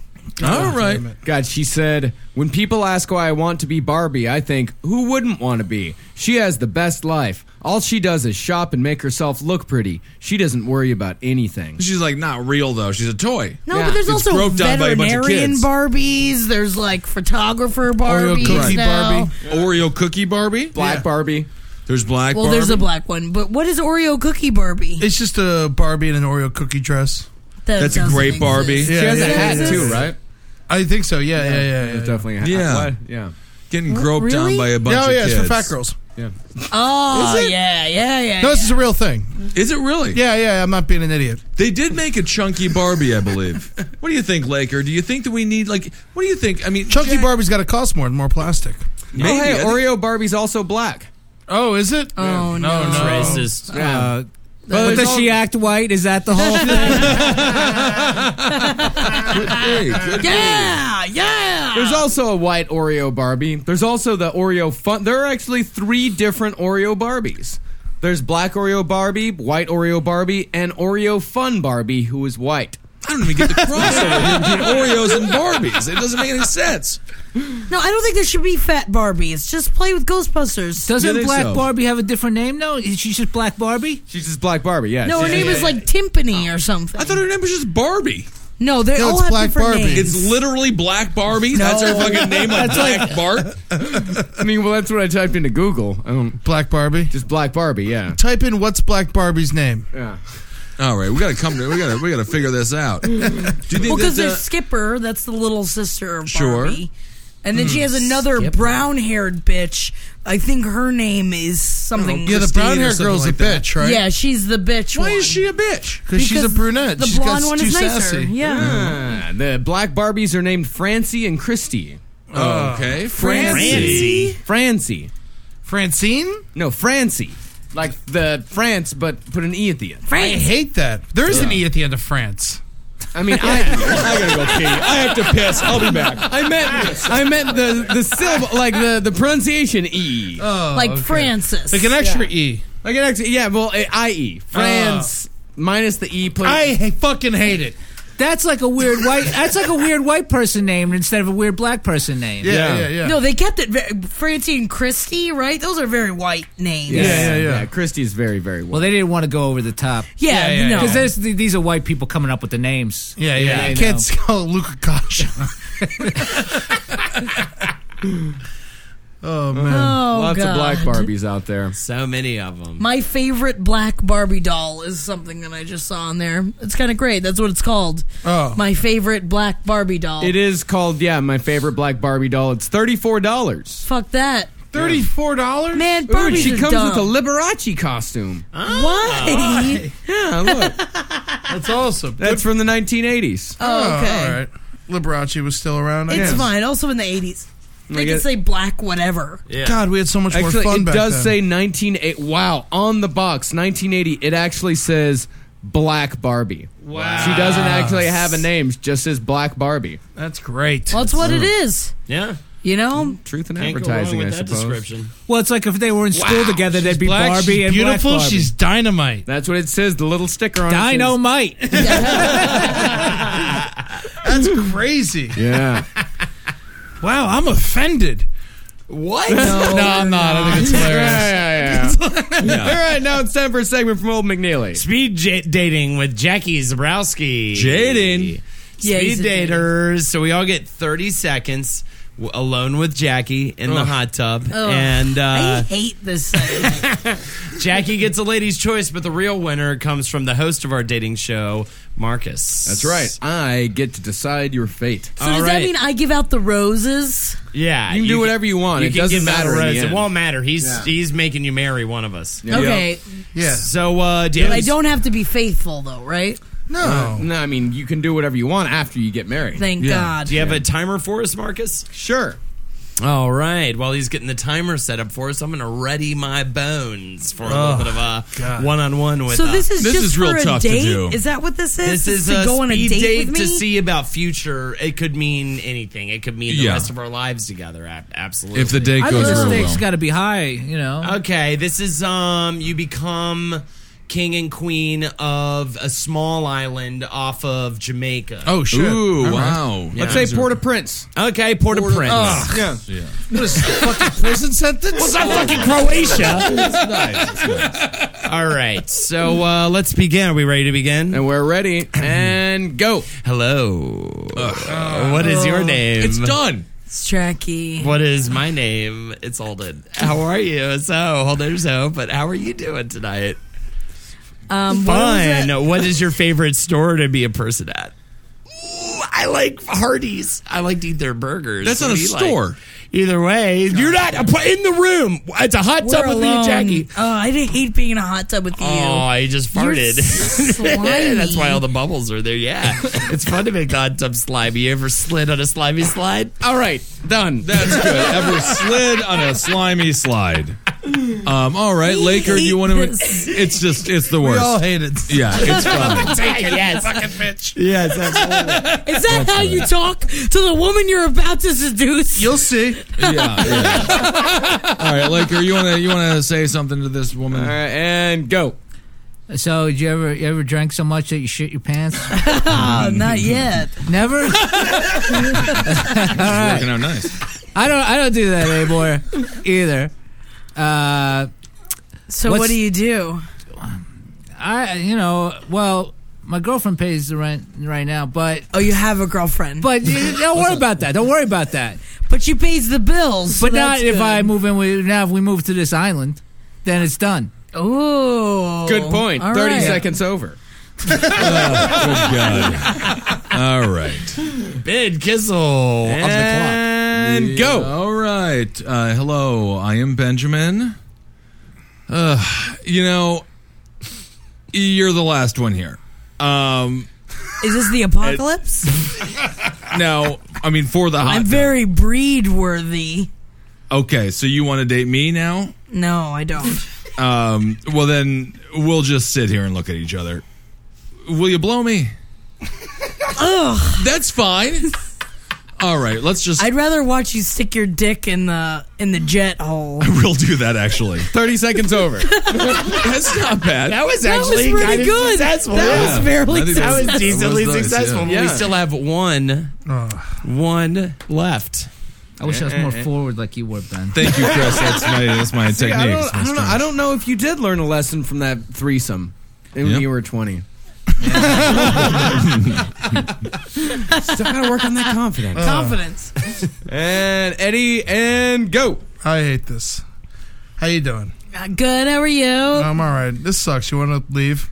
A: All right. God, she said, when people ask why I want to be Barbie, I think, who wouldn't want to be? She has the best life. All she does is shop and make herself look pretty. She doesn't worry about anything.
J: She's like not real though. She's a toy.
I: No, but there's
J: It's
I: also
J: groped on by a bunch of
I: veterinarian
J: kids.
I: Barbies. There's like photographer Barbies now.
J: Oreo cookie Barbie,
A: black Barbie.
J: There's black.
I: Well,
J: Barbie.
I: there's a black one, but what is Oreo cookie Barbie?
H: It's just a Barbie in an Oreo cookie dress.
I: That That's a doesn't great exist. Barbie.
A: She has a hat, too, right?
H: I think so. Yeah, yeah, yeah. yeah, yeah.
A: Definitely. a hat.
J: Yeah.
A: What? Yeah.
J: Getting groped on by a bunch
H: yeah,
J: of
H: oh, yeah,
J: kids.
H: it's for fat girls.
A: Yeah.
I: Oh,
H: Is it?
I: yeah, yeah, yeah.
H: No,
I: yeah.
H: this is a real thing.
I: Mm-hmm.
J: Is it really?
H: Yeah, yeah. I'm not being an idiot.
J: They did make a chunky Barbie, I believe. what do you think, Laker? Do you think that we need like? What do you think? I mean,
H: chunky Barbie's got to cost more and more plastic.
A: Oh, hey, Oreo Barbie's also black.
H: Oh, is it?
I: Oh, no.
H: no.
M: Racist.
A: Yeah.
K: But does she act white? Is that the whole thing?
I: Yeah, yeah.
A: There's also a white Oreo Barbie. There's also the Oreo fun. There are actually three different Oreo Barbies. There's black Oreo Barbie, white Oreo Barbie, and Oreo Fun Barbie, who is white.
J: I don't even get the crossover between Oreos and Barbies. It doesn't make any sense.
I: No, I don't think there should be fat Barbies. Just play with Ghostbusters.
C: Doesn't Black Barbie have a different name? No, she's just Black Barbie.
A: She's just black Barbie. Yeah.
I: No, her
A: she's-
I: name is like Timpani or something. I
J: thought her name was just Barbie.
I: No, they all have different names.
J: It's literally Black Barbie. That's her fucking name, like Black Bart.
A: I mean, well, that's what I typed into Google. I don't,
H: black Barbie.
A: Just black Barbie. Yeah.
H: Type in what's Black Barbie's name.
A: Yeah.
J: All right, we gotta come to. We gotta. We gotta figure this out.
A: Mm-hmm.
J: Do you think
I: Well, because
J: that,
I: there's
J: uh,
I: Skipper, that's the little sister of
J: Sure.
I: Barbie. And then she has another brown-haired bitch. I think her name is something.
H: Yeah, the brown hair girl's a bitch, right?
I: Yeah, she's the bitch. Why
J: is she a bitch?
H: Because she's a brunette.
I: The
H: She's
I: blonde
H: got
I: one
H: too
I: is nicer.
H: sassy.
I: Yeah.
A: Ah, the black Barbies are named Francie and Christy.
J: Oh, okay. Francie.
A: Francie.
H: Francine?
A: No, Francie. Like the France, but put an E at the end.
H: I hate that. There is an E at the end of France.
A: I mean, I, I gotta go pee. I have to piss. I'll be back. I meant, I meant the the syllable, like the the pronunciation E,
H: Oh,
I: Like
H: okay.
I: Francis.
H: Like an extra E.
A: like an ex- yeah, well, I I E France minus the E. Place.
H: Oh. I ha- fucking hate it.
C: That's like a weird white. That's like a weird white person name instead of a weird black person name.
H: Yeah, yeah, yeah.
I: No, they kept it. Very, Francie and Christy, right? Those are very white names.
H: yeah, yeah.
A: Christie's very very well.
C: Well, they didn't want to go over the top.
I: Yeah, Yeah, yeah, no. yeah.
C: Because these are white people coming up with the names.
H: Yeah, yeah.
C: I
H: you can't
C: know.
H: spell Luca Kasha. oh man.
I: Oh,
A: Lots
I: God.
A: of black Barbies out there.
M: So many of them.
I: My favorite black Barbie doll is something that I just saw on there. It's kind of great. That's what it's called.
A: Oh.
I: My favorite black Barbie doll.
A: It is called yeah, my favorite black Barbie doll. It's thirty four dollars.
I: Fuck that.
H: Thirty-four dollars.
I: Man,
A: Ooh,
I: Barbies
A: she
I: are
A: comes
I: dumb. Oh,
A: with a Liberace costume.
I: Why?
A: Yeah, look,
H: Ah, That's awesome.
A: that's from the nineteen eighties.
I: Oh, okay.
H: all right. Liberace was still around. I
I: It's
H: guess.
I: fine. Also in the 80s.
A: I
I: They
A: get-
I: could say black whatever.
H: God, we had so much
A: Actually,
H: more fun
A: it
H: back
A: does
H: then.
A: say 1980. Wow, on the box, 1980. It actually says Black Barbie. Wow. She doesn't actually have a name; just says Black Barbie.
H: That's great.
I: Well, that's what it is.
M: Yeah.
I: You know,
A: truth
I: in
A: advertising, I suppose.
P: Well, it's like if they were in school together, they'd be
H: black,
P: Barbie
H: she's
P: and Black
H: beautiful,
P: Barbie.
H: she's dynamite.
A: That's what it says. The little sticker on
P: Dynamite.
H: That's crazy.
A: Yeah.
H: Wow, I'm offended.
A: What?
H: No, I'm not. I think it's hilarious.
A: yeah, yeah, yeah. All right, now it's time for a segment from Old McNeely.
G: Speed j- dating with Jackie Zabrowski.
Q: Jaden.
I: Yeah, he's
G: Speed
I: a dater.
G: daters. So we all get 30 seconds w- alone with Jackie in the
I: Ugh.
G: hot tub.
I: Ugh.
G: And
I: Oh. I
G: uh,
I: hate this. segment.
G: Jackie gets a lady's choice, but the real winner comes from the host of our dating show, Marcus.
A: That's right. I get to decide your fate.
J: Uh,
I: So does that mean I give out the roses?
G: Yeah,
A: You can do whatever you want. It
G: can
A: doesn't
G: give him
A: matter
G: a
A: in the
G: rose. It
A: end.
G: won't matter. He's
A: Yeah.
G: he's making you marry one of us.
I: Okay.
G: Yeah. So uh, do you
I: But
G: have
I: I
G: any-
I: don't have to be faithful though, right?
A: Uh, no, I mean you can do whatever you want after you get married.
I: Thank Yeah. God.
G: Do you have a timer for us, Marcus?
A: Sure.
G: All right. While he's getting the timer set up for us, I'm going to ready my bones for a
R: Oh,
G: little bit of a one-on-one with.
I: so
G: uh,
I: this is just for a date. Is that what this is?
G: This is
I: to
G: a
I: go on a
G: speed
I: date, with me.
G: to see about future. It could mean anything. It could mean the
J: Yeah.
G: rest of our lives together. ab- Absolutely.
J: If the date
C: I
J: goes
C: think the
J: very
C: stakes
J: well.
C: got to be high. You
A: Uh,
C: know.
G: Okay, this is um you become king and queen of a small island off of Jamaica.
H: Oh, shit. Ooh, All right. wow.
A: Let's say Port-au-Prince.
G: Okay, Port-au-Prince.
H: Ugh.
A: Yeah.
H: What is fucking prison sentence?
G: Was that fucking Croatia? All right. So uh, let's begin. Are we ready to begin?
A: And we're ready. and go.
G: Hello. what is your name?
J: It's done.
I: It's Jackie.
G: What is my name? It's Holden. How are you? So, Holden, so, but how are you doing tonight?
I: Um, what was that?
G: Fun. what is your favorite store to be a person at? Ooh, I like Hardee's. I like to eat their burgers.
J: That's not
G: What
J: a
G: do you
J: store.
G: like? Either way, you're not a p- in the room. It's a hot tub
I: We're
G: with me and
I: alone.
G: Jackie.
I: Oh, I didn't hate being in a hot tub with you.
G: Oh, I just
I: You're
G: farted.
I: slimy.
G: That's why all the bubbles are there. Yeah, it's fun to make the hot tub slimy. You ever slid on a slimy slide?
A: All right, done.
J: That's good. Ever slid on a slimy slide? Um, all right, Laker, do you want to? It's just, it's the worst.
H: all hate it.
J: Yeah, it's fun.
G: yes.
H: fucking bitch.
G: Yes, absolutely.
I: Is that how you talk to the woman you're about to seduce?
H: You'll see.
J: yeah, yeah. All right, Laker, you want to, you want to say something to this woman?
A: All right, and go.
C: So, did you ever you ever drank so much that you shit your pants?
I: Oh, not yet.
C: Never. All right.
J: Working out nice.
C: I don't. I don't do that anymore either. Uh,
I: So
C: What's-
I: what do you do?
C: I. You know. Well, my girlfriend pays the rent right now, but
I: Oh, you have a girlfriend,
C: but you- don't worry about that. Don't worry about that.
I: but she pays the bills.
C: But
I: so
C: not
I: that's
C: if
I: good.
C: I move in. with Now, if we move to this island, then it's done.
I: Oh,
A: Good point.
I: All
A: Thirty
I: right.
A: seconds over.
J: Good Oh, God. All right,
G: Ben Kissel on the clock.
A: And
J: go. All right, uh, hello, I am Benjamin. Uh, you know, you're the last one here. Um,
I: Is this the apocalypse?
J: now, I mean, for the hot
I: I'm very breed worthy.
J: Okay, so you want to date me now?
I: No, I don't.
J: Um, well, then we'll just sit here and look at each other. Will you blow me?
I: Ugh.
J: That's fine. All right, let's just.
I: I'd rather watch you stick your dick in the in the jet hole.
J: we'll do that actually.
A: Thirty seconds over.
J: That's not bad.
G: That was
I: That was
G: actually
I: pretty
G: kind of
I: good.
G: successful.
I: That
G: Yeah.
I: was fairly
J: I think
G: That was
J: That was
G: decently
J: nice,
G: successful.
J: yeah.
G: We
A: Yeah.
G: still have one, one left.
C: I wish I was more forward like you were, Ben.
J: Thank you, Chris. That's my that's my technique.
A: I
J: It's
A: don't,
J: my
A: I, don't know,
J: strength.
A: I don't know if you did learn a lesson from that threesome when
J: Yep.
A: you were 20. Still gotta work on that confidence.
I: Confidence.
A: And Eddie, and go.
H: I hate this. How you doing?
I: Good. How are you?
H: I'm all right. This sucks. You want to leave?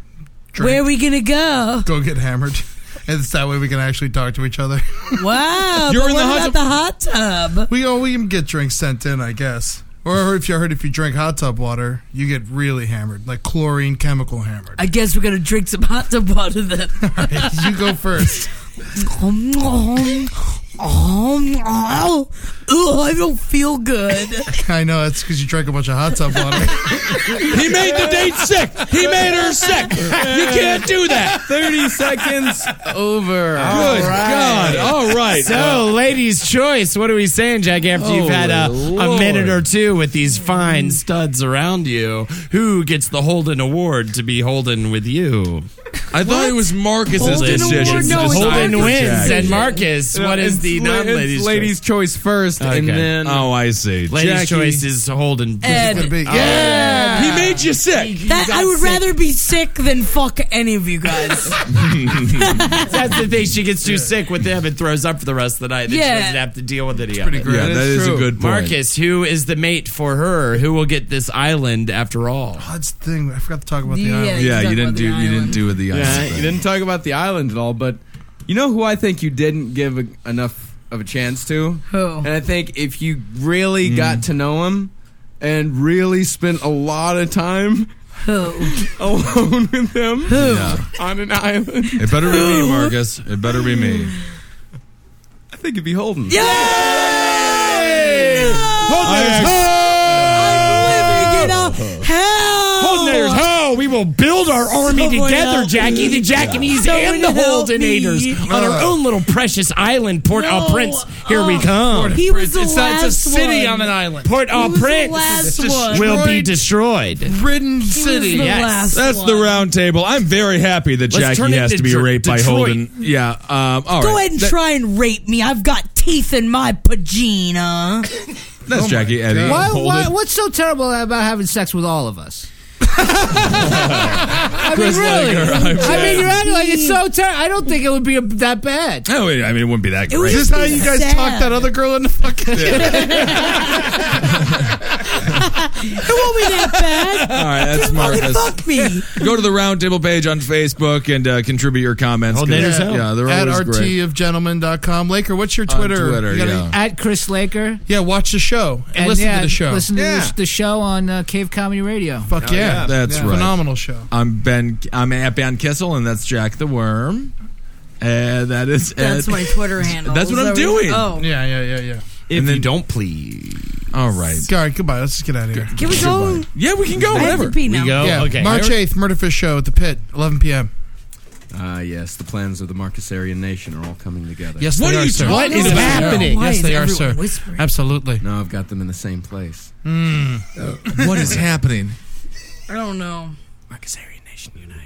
H: Drink.
I: Where are we gonna go?
H: Go get hammered. And it's that way we can actually talk to each other.
I: Wow.
J: You're
I: but
J: in the
I: what
J: hot
I: about the hot tub?
H: we oh, we can get drinks sent in, I guess. Or if you heard, if you drink hot tub water, you get really hammered, like chlorine chemical hammered.
I: I guess we're gonna drink some hot tub water then.
H: you go first.
I: Nom, nom. Oh, oh, oh, I don't feel good.
H: I know it's because you drank a bunch of hot tub water.
J: He made the date sick. He made her sick. You can't do that.
A: 30 seconds over.
J: Good God. All right.
G: So,
J: Uh,
G: ladies' choice. What are we saying, Jack? After you've had a,
J: Holy
G: a
J: Lord.
G: minute or two with these fine studs around you, who gets the Holden Award to be Holden with you?
J: I thought it was Marcus's
G: Holden
J: decision.
G: Award?
J: to
G: No, it's
J: decide
G: Holden
J: for
G: wins,
J: Jack.
G: and Marcus, what is the
A: la- it's
G: non-ladies' choice?
A: ladies' choice, first, and
G: Okay.
A: then
J: Oh, I see.
G: Ladies'
J: Jackie-
G: choice is Holden.
I: Ed.
J: Yeah. He made you sick.
I: That, I would rather be sick than fuck any of you guys.
G: That's the thing. She gets too sick with him and throws up for the rest of the night. Then
I: Yeah.
G: she doesn't have to deal with it. It's
H: pretty great.
J: Yeah, that is a good point.
G: Marcus, who is the mate for her? Who will get this island after all?
H: That's the thing. I forgot to talk about the uh,
I: Yeah.
H: island.
J: Yeah,
I: Talk
J: you
I: about
J: didn't
I: the
J: do. You didn't
I: island.
J: do with the ice.
A: Yeah,
J: thing.
A: you didn't talk about the island at all, but you know who I think you didn't give a, enough of a chance to?
I: Who?
A: And I think if you really got to know him and really spent a lot of time
I: Who?
A: alone with him on an island,
J: It better be me, Marcus. It better be me.
A: I think it'd be Holden.
I: Yay! Living it up. Hell!
G: Holdenators, ho! We will build our army
I: Someone
G: together,
I: help
G: Jackie, the Japanese
I: Someone
G: and the
I: help
G: Holdenators
I: me.
G: on our own little precious island, Port au
I: No.
G: Prince. Here we
I: Oh.
G: come.
I: He was the
H: it's,
I: last
H: it's a city
I: one.
H: on an island.
G: Port au
I: He was the
G: Prince
I: last one.
G: will be destroyed.
H: Ridden
I: He was
H: city.
I: the
G: yes.
I: last
J: That's
I: one.
J: the round table. I'm very happy that
G: Let's turn
J: Jackie
G: it
J: has
G: to
J: to be
G: Dr-
J: raped by
G: Detroit.
J: Holden. Yeah. Um, all right.
I: Go ahead and
J: That-
I: try and rape me. I've got teeth in my vagina.
J: That's Jackie Eddie.
C: Why,
J: Holden.
C: why, what's so terrible about having sex with all of us? I mean, really? I mean, you're acting like it's so terrible. I don't think it would be a, that bad.
J: Oh, I mean, it wouldn't be that
I: It was
J: great.
H: Is this how you guys
I: Sad.
H: talked that other girl in the fucking?
I: It won't be that bad.
J: all right, that's
I: Fucking
J: Marcus.
I: fuck me.
J: Go to the roundtable page on Facebook and uh, contribute your comments. 'cause-
G: Holdenators help.
J: yeah, they're
H: At
J: always great.
H: rtofgentleman.com. Laker, what's your
J: On
H: Twitter?
J: Twitter,
H: You gotta-
J: yeah.
C: At Chris Laker.
H: Yeah, watch the show and, listen
C: yeah,
H: to the show.
C: Listen
H: yeah.
C: to the, the show on uh, Cave Comedy Radio.
H: Fuck yeah.
J: That's right.
H: Phenomenal show.
J: I'm Ben. I'm at Ben Kissel, and that's Jack the Worm. And that is
I: That's
J: Ed.
I: my Twitter handle.
J: That's what
I: Is
J: I'm
I: that
J: doing.
I: Oh.
H: Yeah, yeah, yeah, yeah.
G: If
J: And then-
G: you don't please.
J: All right.
H: All right, goodbye. Let's just get out of here.
I: Can we go?
J: Yeah, we can go.
I: I have to
J: Whatever.
I: pee now.
G: go.
H: yeah.
G: Okay.
H: March 8th, Murderfish Show at the Pit, 11 p.m.
A: Ah, yes, the plans of the Marcusarian nation are all coming together.
H: Yes,
J: What
H: they
J: are
H: are,
J: you
H: sir.
J: doing? What
G: is
H: Yes, they are.
G: happening?
I: Why
H: Yes,
I: is
H: they are,
I: everyone
H: sir.
I: whispering?
H: Absolutely.
A: Now I've got them in the same place.
H: Mm.
J: What is happening?
I: I don't know.
A: Marcusarian nation unite.